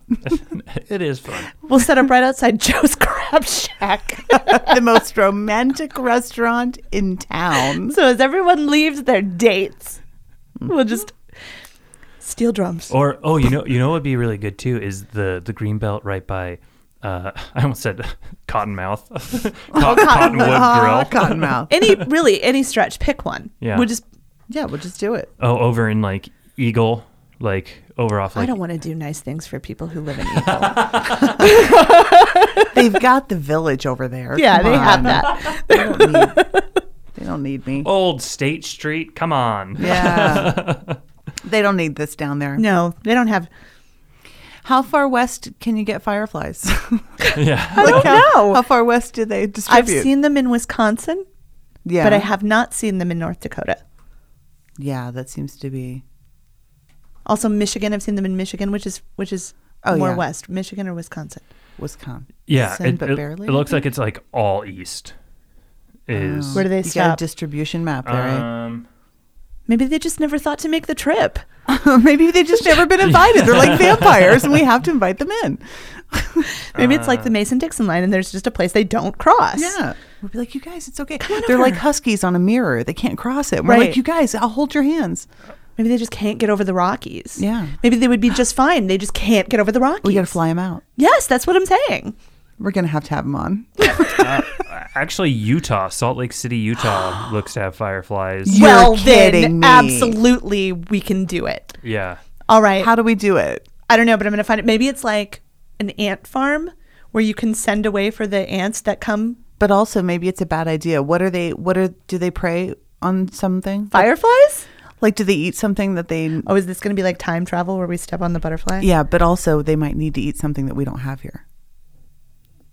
It is fun. We'll set up right outside Joe's Crab Shack. the most romantic restaurant in town. so as everyone leaves their dates, we'll just steel drums. Or oh, you know, you know what would be really good too is the the green belt right by. Uh, I almost said Cottonmouth, Cotton, Oh, Cottonwood Ah, Grill. Cottonmouth. Any really any stretch, pick one. Yeah. We'll just Yeah, we'll just do it. Oh, over in like Eagle, like over off I like don't want to do nice things for people who live in Eagle. They've got the village over there. yeah, Come they have on. that. They don't need, they don't need me. Old State Street. Come on. Yeah. they don't need this down there. No, they don't have How far west can you get fireflies? yeah. I don't how, know. How far west do they distribute? oh, I've seen them in Wisconsin, yeah. but I have not seen them in North Dakota. Yeah, that seems to be. Also Michigan, I've seen them in Michigan, which is which is Oh, more yeah. west, Michigan or Wisconsin. Wisconsin. Yeah. Sin, It, but it- barely, it I looks like it's like all east. Is Where do they you got a stop? distribution map there, right? um, Maybe they just never thought to make the trip. Maybe they've just never been invited. They're like vampires, and we have to invite them in. Maybe it's like the Mason Dixon line, and there's just a place they don't cross. Uh. Yeah. We'll be like, you guys, it's okay. They're like huskies on a mirror. They can't cross it. We're Right. like, you guys, I'll hold your hands. Maybe they just can't get over the Rockies. Yeah. Maybe they would be just fine. They just can't get over the Rockies. We got to fly them out. Yes, that's what I'm saying. We're going to have to have them on. actually, Utah, Salt Lake City, Utah, looks to have fireflies. You're well, kidding then me. absolutely we can do it. Yeah. All right. How do we do it? I don't know, but I'm going to find it. Maybe it's like an ant farm where you can send away for the ants that come. But also, maybe it's a bad idea. What are they? What are? Do they prey on something? Fireflies? Like, do they eat something that they? Oh, is this going to be like time travel where we step on the butterfly? Yeah, but also they might need to eat something that we don't have here.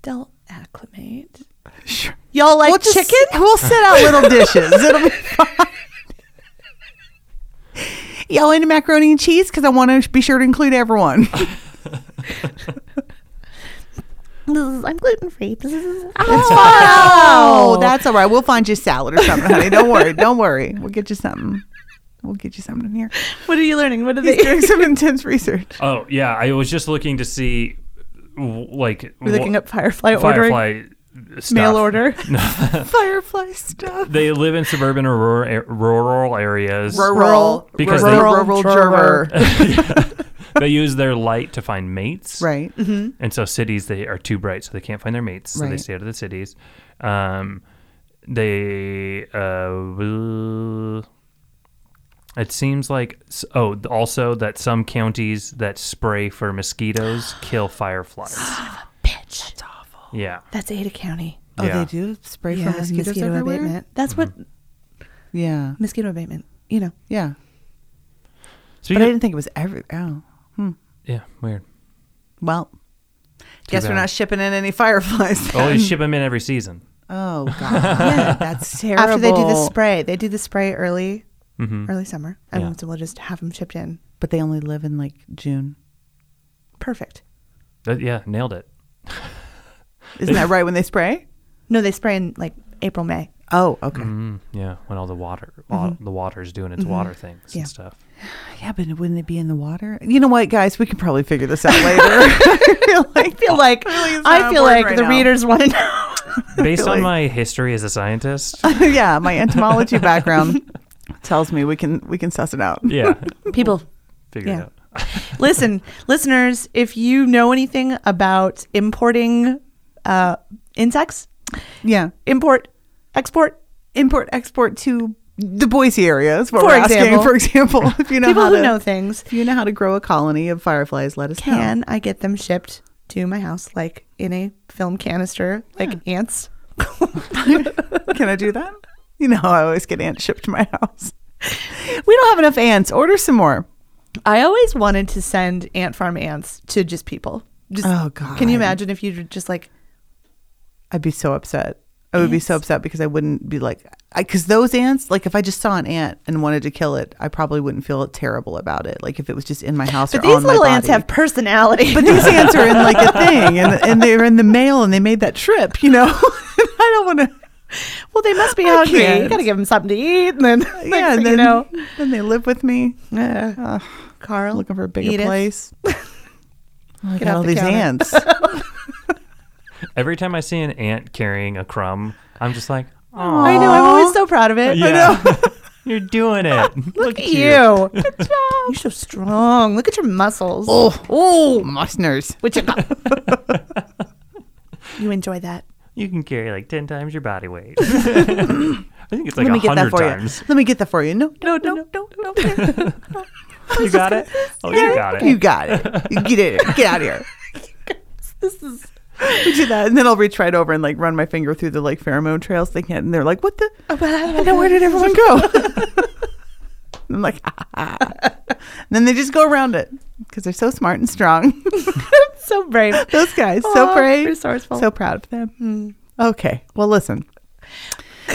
They'll acclimate. Sure. Y'all like we'll just- chicken? We'll set out little dishes. It'll be fine. Y'all into macaroni and cheese? Because I want to be sure to include everyone. I'm gluten free. Oh, that's all right. We'll find you salad or something, honey. Don't worry. Don't worry. We'll get you something. We'll get you something in here. What are you learning? What are He's they? doing some intense research. Oh, yeah. I was just looking to see, w- like, We're looking up Firefly, ordering firefly stuff. mail order. Firefly stuff. They live in suburban or rural, rural areas. Rural, Because they- rural, rural, Juror. juror. they use their light to find mates. right. Mm-hmm. And so cities, they are too bright, so they can't find their mates. So they Right. stay out of the cities. Um, they, uh, will- it seems like, s- oh, th- also that some counties that spray for mosquitoes kill fireflies. Bitch. Yeah. That's Ada County. Oh, yeah. they do spray for mosquitoes everywhere. abatement. That's what Mm-hmm. Yeah, mosquito abatement. You know, yeah. But I Speaking of- didn't think it was every. Oh, yeah, weird. well. Guess we're bad. not shipping in any fireflies. Oh, they then. ship them in every season. oh god, yeah, that's terrible. Mm-hmm. after they do the spray, they do the spray early, early summer, and Yeah. so we'll just have them shipped in but they only live in like June. Perfect. That- yeah, nailed it. Isn't that right when they spray? No, they spray in like April, May. Oh, okay. Mm, yeah, when all the water, wa- Mm-hmm. the water's doing its water things Yeah. and stuff. Yeah, but wouldn't it be in the water? You know what, guys? We can probably figure this out later. I feel I like- feel like it's not I important feel like right the now. readers want to know. Based on my history as a scientist, yeah, my entomology background tells me we can we can suss it out. yeah, People, figure Yeah. it out. listen, listeners, if you know anything about importing uh, insects, Yeah. import, export, Import export to the Boise area is what For we're asking. example. For example, if you know people how who to, know things, if you know how to grow a colony of fireflies, let us know. can I get them shipped to my house, like in a film canister, like ants? Can I do that? You know, how I always get ants shipped to my house. We don't have enough ants. Order some more. I always wanted to send ant farm ants to just people. Just, Oh, God. Can you imagine if you were just like I'd be so upset. I would be so upset because I wouldn't be like, because those ants, like if I just saw an ant and wanted to kill it, I probably wouldn't feel terrible about it. Like if it was just in my house But or on these little my ants body. have personality. But these ants are in like a thing, and and they're in the mail, and they made that trip. You know, I don't want to. well, they must be I hungry. You can't. gotta give them something to eat, and then Yeah, and then you know. then they live with me. Uh, Ugh, Carl, looking for a bigger Edith. place. Oh, I off got all the these counter. ants. Every time I see an ant carrying a crumb, I'm just like, oh, I know. I'm Aw. always so proud of it. yeah, you're doing it. Look, Look at you. Good job. You're so strong. Look at your muscles. oh, oh, musners. What you got? you enjoy that. You can carry like ten times your body weight. I think it's like Let me a get that hundred for times. you. Let me get that for you. No, No, no, no, no, no. no. You got it. Oh, you got You it. got it. You get it. Get out of here. this is. We do that, and then I'll reach right over and like run my finger through the like pheromone trails they can, and they're like, "What the? And then where did everyone go?" And I'm like, And then they just go around it because they're so smart and strong. so brave. Those guys, so Aw, brave, resourceful. Mm. so proud of them. Okay, well, listen,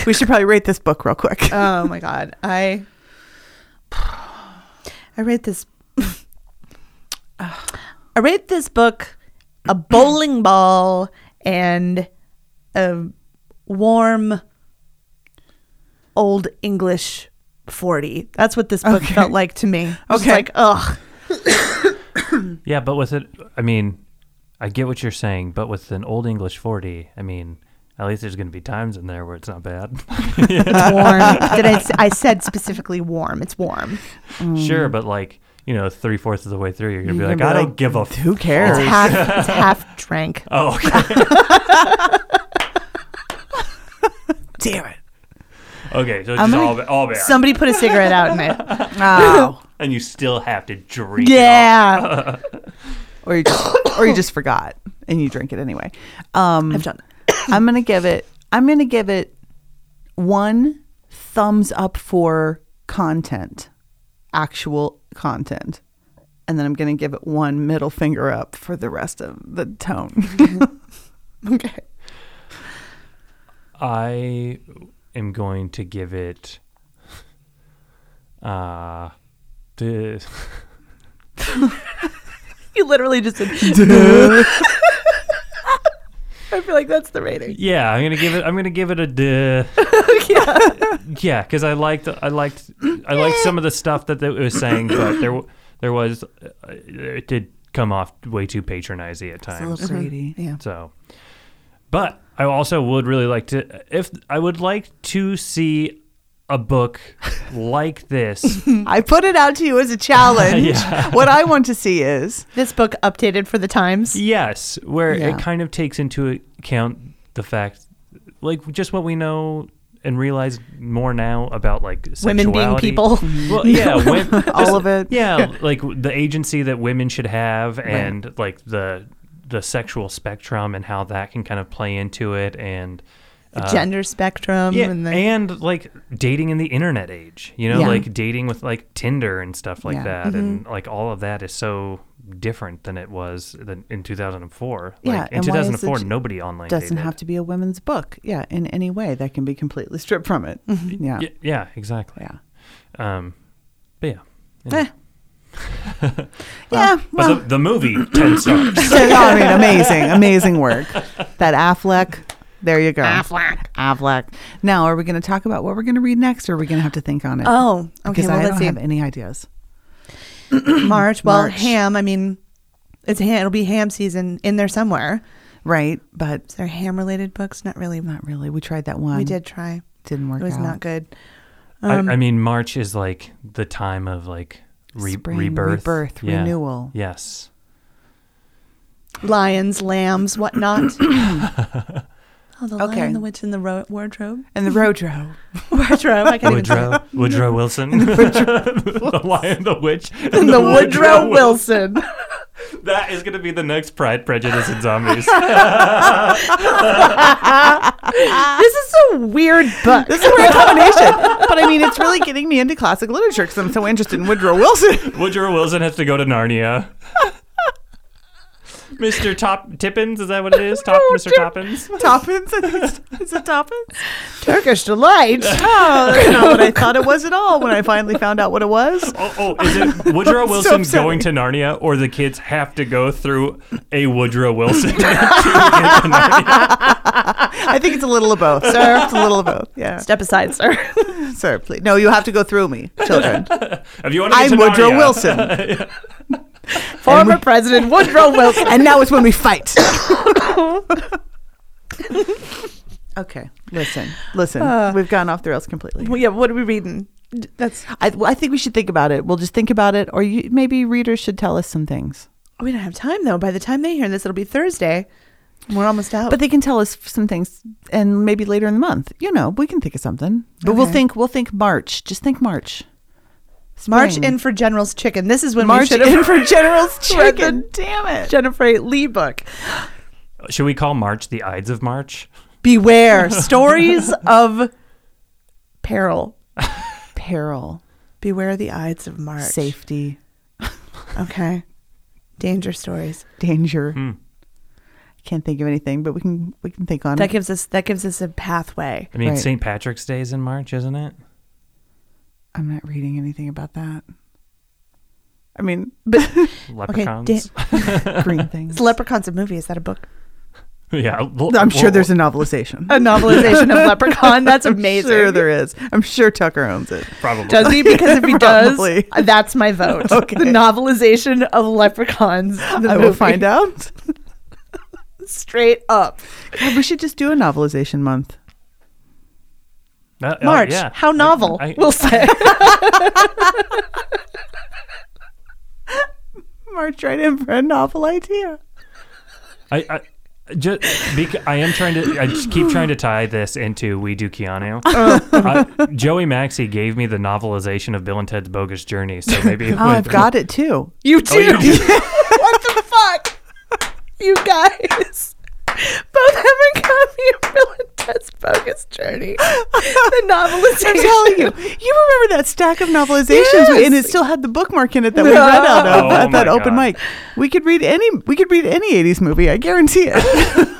we should probably rate this book real quick. Oh my god. I I read this I read this book a bowling ball and a warm old English 40. That's what this book Okay. felt like to me. Just Okay. like, ugh. Yeah, but with it, I mean, I get what you're saying, but with an old English forty, I mean, at least there's going to be times in there where it's not bad. It's warm. Did I, s- I said specifically warm. It's warm. Sure, but like you know, three fourths of the way through, you're gonna be Mm. You're like, gonna I be don't like, give a Who cares? It's half, it's half drank. Oh, okay. Damn it! okay. So it's I'm just gonna- all, ba- all bad, Somebody put a cigarette out in it. Oh, and you still have to drink. it all. Yeah. or you just, or you just forgot and you drink it anyway. Um, I've done that. I'm gonna give it. I'm gonna give it one thumbs up for content, actual content, and then I'm gonna give it one middle finger up for the rest of the tone. Okay. I am going to give it. Uh, the, You literally just said. I feel like that's the rating. yeah, I'm gonna give it. I'm gonna give it a. Duh. yeah, because I liked. I liked. I liked some of the stuff that it was saying, but there, w- there was. uh, It did come off way too patronizing at times. greedy. Yeah. So, but I also would really like to, if I would like to see a book like this. I put it out to you as a challenge. Yeah. What I want to see is This book updated for the times. yes, where Yeah. it kind of takes into account the fact, like just what we know and realize more now about like Women being sexuality. people. Well, yeah, wom- all of it. yeah, like the agency that women should have, and like the the sexual spectrum and how that can kind of play into it, and The gender spectrum. yeah, and and, the, like dating in the internet age, you know, Yeah. like dating with like Tinder and stuff like Yeah. Mm-hmm. that, and like all of that is so different than it was than in 2004. Yeah, like, in and why is it 2004, j- nobody online Doesn't dated. have to be a women's book. Yeah, in any way that can be completely stripped from it. Yeah. Yeah, yeah, exactly. Yeah. Um, but yeah, Eh. yeah, But well, the, the movie, 10 stars. I mean, amazing, amazing work. That Affleck. There you go. Affleck. Affleck. Now, are we going to talk about what we're going to read next, or are we going to have to think on it? Oh, okay, Because well, I let's don't see. have any ideas. March. Well, March. ham. I mean, it's ham. It'll be ham season in there somewhere. Right, but Is there ham related books? Not really. not really. We tried that one. We did try. Didn't work. It was out. not good. I, Um, I mean, March is like the time of like re- Spring, rebirth, rebirth, Yeah. renewal. Yes. Lions, lambs, whatnot. oh, the Okay. lion, the witch, and the ro- wardrobe. And the Rodro. Wardrobe. I can't even say it. Woodrow, Woodrow Wilson, the Lion, the Witch, and The Woodrow Woodrow Wilson. Wil- That is going to be the next Pride, Prejudice, and Zombies. this is a weird book. This is a weird combination, but I mean, it's really getting me into classic literature because I'm so interested in Woodrow Wilson. Woodrow Wilson has to go to Narnia. Mr. Top Tippins, is that what it is? Top Mr. Toppins? Toppins, I think it's- is it Toppins? Turkish delight. Oh, that's not what I thought it was at all. When I finally found out what it was, Oh, oh, is it Woodrow Wilson upsetting. going to Narnia, or the kids have to go through a Woodrow Wilson? to get to Narnia? I think it's a little of both, sir. It's a little of both. Yeah, Step aside, sir. sir. Please, no, you have to go through me, children. If you want to get I'm to Woodrow Narnia- Wilson, Former President Woodrow Wilson. and now it's when we fight. okay, listen, listen. We've gone off the rails completely. Well, yeah, what are we reading? D- That's I, well, I think we should think about it. We'll just think about it, or you, maybe readers should tell us some things. Oh, we don't have time though. By the time they hear this, it'll be Thursday. We're almost out. But they can tell us some things, and maybe later in the month, you know, we can think of something. But we'll Okay. think. We'll think March. Just think March. March Spring. in for General's Chicken. This is when we March should have in for General's read the Chicken. Damn it. Jennifer A. Lee book. Should we call March the Ides of March? Beware stories of peril. Peril, Beware the Ides of March. safety, Okay. Danger stories. danger. Can't think of anything, but we can we can think on That it. gives us that gives us a pathway. I mean, Right. St. Patrick's Day is in March, isn't it? I'm not reading anything about that. I mean, Leprechauns. green things. It's Leprechauns a movie. Is that a book? yeah, l- I'm sure l- there's a novelization. A novelization of Leprechaun. That's I'm amazing. sure there is. I'm sure Tucker owns it. probably. Does he? Because if he does, Probably. that's my vote. The novelization of Leprechauns. The I will movie. find out. straight up. God, we should just do a novelization month. Uh, oh, March. yeah. How novel? I- we'll say. March right in for a novel idea. I, I just bec- I am trying to I just keep trying to tie this into we do Keanu. Uh, Joey Maxey gave me the novelization of Bill and Ted's Bogus Journey, so maybe Oh, I've got it too. You too. Oh, you do. what the fuck? You guys. Both haven't got me a Bill and Ted's bogus journey. The novelization. I'm telling you, you remember that stack of novelizations, we- and it Yes. still had the bookmark in it that we read out of Oh at that my open God. mic. We could read any, we could read any '80s movie. I guarantee it.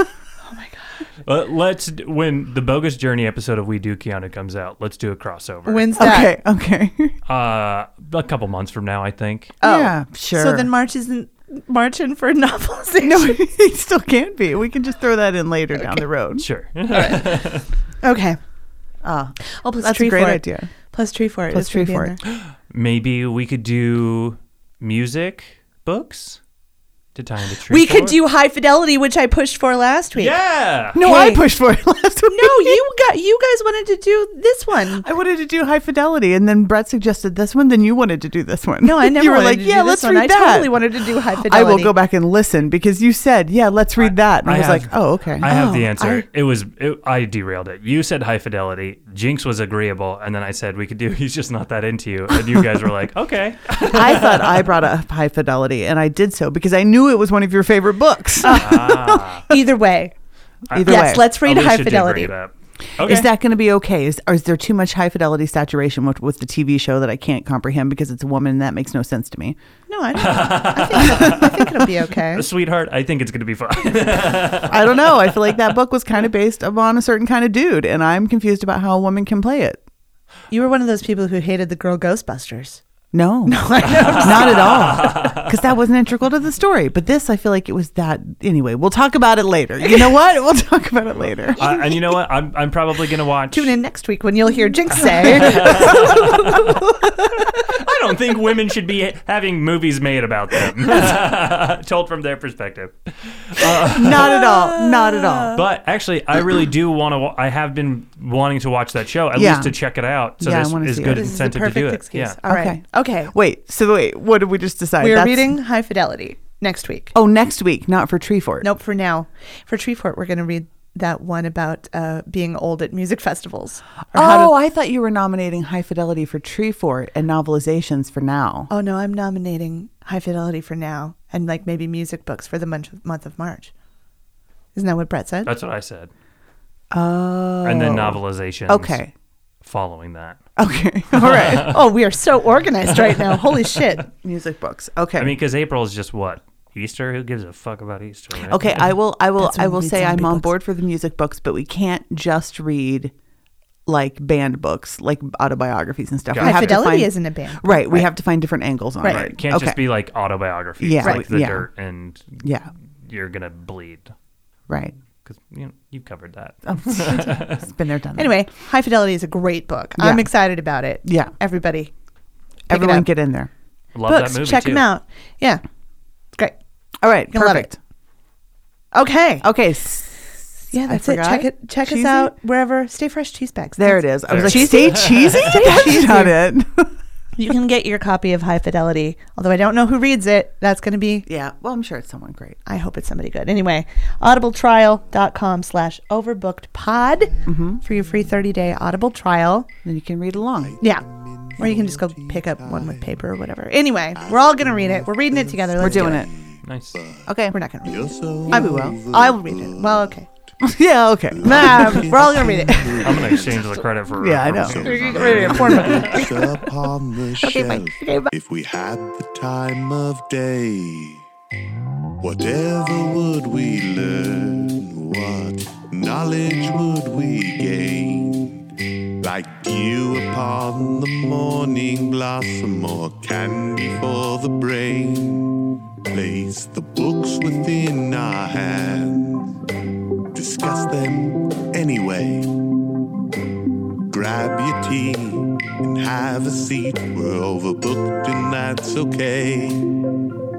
Uh, let's d- when the Bogus Journey episode of We Do Keanu comes out, let's do a crossover. When's that? okay, okay. uh, a couple months from now, I think. Oh. Yeah, sure. So then March isn't marching for novelization. no, it still can be. We can just throw that in later down the road. Sure. Okay. Ah, Oh, plus that's tree a great for it. idea. Plus tree for it. Plus It's gonna tree be for in it. there. maybe we could do music books to tie into tree. We could fort. do high fidelity, which I pushed for last week. Yeah. No, I Hey. pushed for it last week. No, you got you guys wanted to do this one. I wanted to do high fidelity, and then Brett suggested this one. Then you wanted to do this one. No, I never You were wanted like, to yeah, do let's this one. read I that. totally wanted to do high fidelity. I will go back and listen because you said, yeah, let's read that, and I, was have- like, oh, okay. I have the Oh, answer. it was it, I derailed it. You said high fidelity. Jinx was agreeable, and then I said we could do. He's just not that into you, and you guys were like, okay. I thought I brought up high fidelity, and I did so because I knew it was one of your favorite books. Ah, Either way, Either Uh, yes, way, let's read Alicia high did bring fidelity. it up. Okay. Is that going to be okay? Is, or is there too much high fidelity saturation with, with the TV show that I can't comprehend because it's a woman? and That makes no sense to me. No, I don't. I think, it'll- I think it'll be okay. sweetheart? I think it's gonna be fun. I don't know. I feel like that book was kind of based upon a certain kind of dude, and I'm confused about how a woman can play it. You were one of those people who hated the girl Ghostbusters. No, no, not at all, because that wasn't integral to the story. But this, I feel like it was that. Anyway, we'll talk about it later. You know what? We'll talk about it later. Uh, and you know what? I'm I'm probably gonna watch. Tune in next week when you'll hear Jinx say, I don't think women should be having movies made about them, told from their perspective. Not at all. Not at all. But actually, I really do want to. Wa- I have been wanting to watch that show at Yeah. least to check it out. So Yeah, I wanna this is see it. good "This is the incentive to do perfect it. excuse." Yeah. All right, okay. Wait. So wait. What did we just decide? We're That's- reading High Fidelity next week. Oh, next week, not for Treefort. Nope, for now. For Treefort, we're going to read that one about uh, being old at music festivals. Or how to- Oh, I thought you were nominating High Fidelity for Treefort and novelizations for now. oh no, I'm nominating High Fidelity for now and like maybe music books for the month of, month of March. Isn't that what Brett said? That's what I said. Oh. And then novelizations. Okay. Following that. Okay. All right. oh, we are so organized right now. Holy shit. Music books. Okay. I mean, because April is just what Easter. Who gives a fuck about Easter? right? okay. I will. I will. That's when I we will read say zombie I'm on books. board for the music books, but we can't just read like band books, like autobiographies and stuff. We High have to Fidelity find- isn't a band. Right. We have to find different angles on Right. it. Right. Can't okay. just be like autobiography. Yeah. Like Right. the Yeah. dirt and Yeah. you're gonna bleed Right. because you know, you covered that. Oh. It's been there, done. that. Anyway, High Fidelity is a great book. Yeah. I'm excited about it. Yeah. Everybody. pick it everyone up. get in there. Love books. that movie check too. them out. Yeah. It's great. All right. You'll love Perfect. Okay. Okay. s- Oh, Yeah, I that's it. forgot. Check it. Check Cheesy? us out wherever. Stay fresh cheese bags. There it That's- is. I was like, Cheesy? stay cheesy. That's not it. You can get your copy of High Fidelity, although I don't know who reads it. That's going to be. yeah. Well, I'm sure it's someone great. I hope it's somebody good. Anyway, audibletrial.com slash overbooked pod Mm-hmm. for your free 30 day audible trial. Then you can read along. Yeah. Or you can just go pick up one with paper or whatever. Anyway, we're all going to read it. We're reading it together. Let's We're doing do it. Nice. Okay. We're not going to read it. so I will. I will read it. Well, okay. yeah. Okay. Nah, we're all going to read it. I'm gonna exchange the credit for. Yeah, I know. for- looked upon the shelf if we had the time of day. Whatever would we learn? What knowledge would we gain? Like dew upon the morning blossom or candy for the brain. Place the books within our hands. Discuss them anyway. Grab your tea and have a seat. We're overbooked, and that's okay.